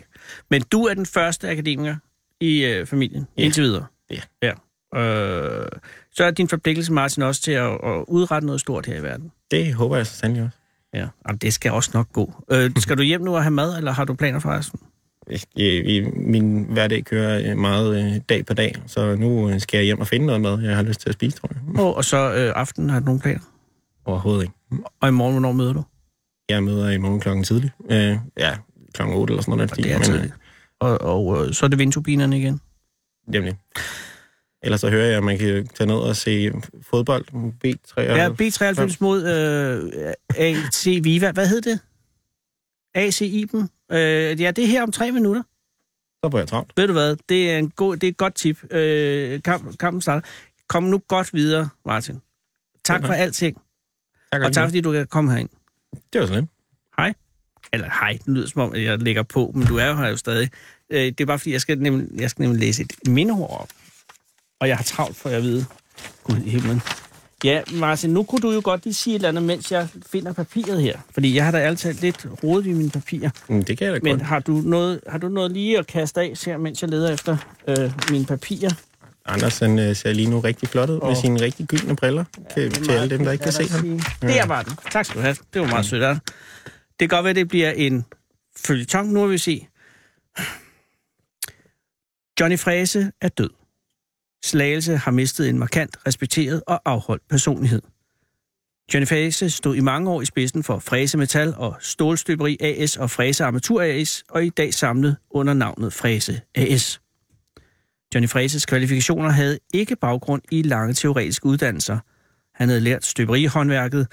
D: Men du er den første akademiker i øh, familien,
I: Ja.
D: indtil videre.
I: Ja.
D: ja. Øh, så er din forpligtelse, Martin, også til at, at udrette noget stort her i verden.
I: Det håber jeg så sandelig også.
D: Ja, og det skal også nok gå. Øh, skal du hjem nu og have mad, eller har du planer for resten?
I: Øh, i- Min hverdag kører øh, meget øh, dag på dag, så nu øh, skal jeg hjem og finde noget mad, jeg har lyst til at spise, tror jeg.
D: Og, og så øh, aftenen har du nogle planer?
I: Overhovedet ikke.
D: Og i morgen, hvornår møder du?
I: Jeg møder i morgen klokken tidlig. Øh, ja, klokken 8 eller sådan noget af den
D: Det er
I: stil, men,
D: tidligt. Og, og øh, så er det vindturbinerne igen.
I: øh, Nemlig. Ellers så hører jeg, at man kan tage ned og se fodbold, B3
D: Ja, B93 mod øh, AC Viva. Hvad hed det? AC Iben. Øh, ja, det er her om tre minutter.
I: så var jeg travlt.
D: Ved du hvad? Det er, en god, det er et godt tip. Øh, kamp, kampen starter. Kom nu godt videre, Martin. Tak for alting.
I: Tak,
D: Og tak,
I: alligevel.
D: fordi du kan komme herind.
I: Det var sådan lidt.
D: Hej. Eller hej, det lyder som om, at jeg lægger på, men du er jo her jo stadig. Øh, det er bare fordi, jeg skal nemlig, jeg skal nemlig læse et mindeord op. Og jeg har travlt, for jeg ved. Gud i himlen. Ja, Martin, nu kunne du jo godt lige sige et eller andet, mens jeg finder papiret her. Fordi jeg har da altid lidt rodet i mine papirer.
I: Mm, Det kan jeg da
D: Men
I: godt.
D: har du, noget, har du noget lige at kaste af, her, mens jeg leder efter øh, mine papirer?
I: Anders han, øh, ser lige nu rigtig flot ud med sine rigtig gyldne briller ja, til, til alle dem, der ikke kan se ham.
D: Det Der var den. Tak skal du have. Det var meget sødt af dig. Det kan godt være, det bliver en følgetong. Nu vil vi se. Johnny Frese er død. Slagelse har mistet en markant, respekteret og afholdt personlighed. Johnny Frese stod i mange år i spidsen for Frese Metal og Stålstøberi AS og Frese Armatur AS, og i dag samlet under navnet Frese AS. Johnny Freses kvalifikationer havde ikke baggrund i lange teoretiske uddannelser. Han havde lært støberihåndværket,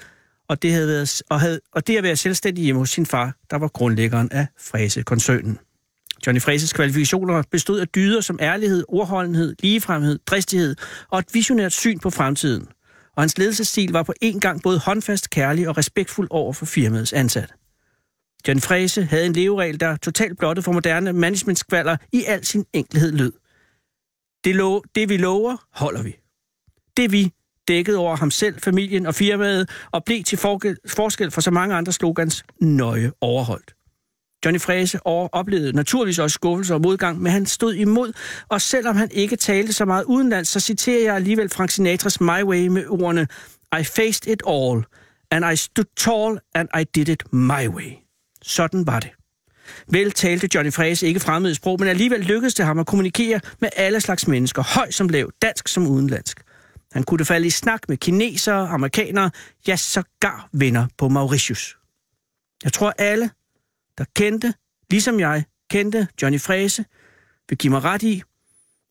D: og det, havde været, og, havde, og det at være selvstændig hjemme hos sin far, der var grundlæggeren af Frese-koncernen. Johnny Freses kvalifikationer bestod af dyder som ærlighed, ordholdenhed, ligefremhed, dristighed og et visionært syn på fremtiden. Og hans ledelsesstil var på en gang både håndfast, kærlig og respektfuld over for firmaets ansat. John Frese havde en leveregel, der totalt blottet for moderne managementskvaller i al sin enkelhed lød. Det, lo- det vi lover, holder vi. Det vi dækkede over ham selv, familien og firmaet, og blev til forge- forskel for så mange andre slogans nøje overholdt. Johnny Frese over oplevede naturligvis også skuffelse og modgang, men han stod imod, og selvom han ikke talte så meget udenlands, så citerer jeg alligevel Frank Sinatras My Way med ordene I faced it all, and I stood tall, and I did it my way. Sådan var det. Vel talte Johnny Frese ikke fremmede sprog, men alligevel lykkedes det ham at kommunikere med alle slags mennesker, høj som lav, dansk som udenlandsk. Han kunne da falde i snak med kinesere, amerikanere, ja sågar venner på Mauritius. Jeg tror alle, der kendte, ligesom jeg kendte Johnny Fræse, vil give mig ret i,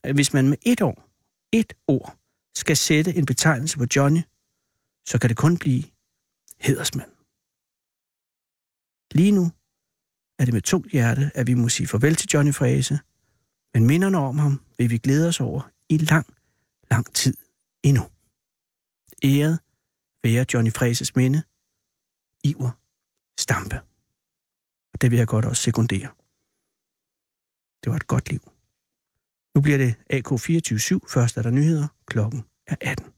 D: at hvis man med et år, et ord, skal sætte en betegnelse på Johnny, så kan det kun blive hedersmand. Lige nu er det med tungt hjerte, at vi må sige farvel til Johnny Fræse, men minderne om ham vil vi glæde os over i lang, lang tid endnu. Æret være Johnny Fræses minde, Iver Stampe. Og det vil jeg godt også sekundere. Det var et godt liv. Nu bliver det AK247. Først er der nyheder. Klokken er 18.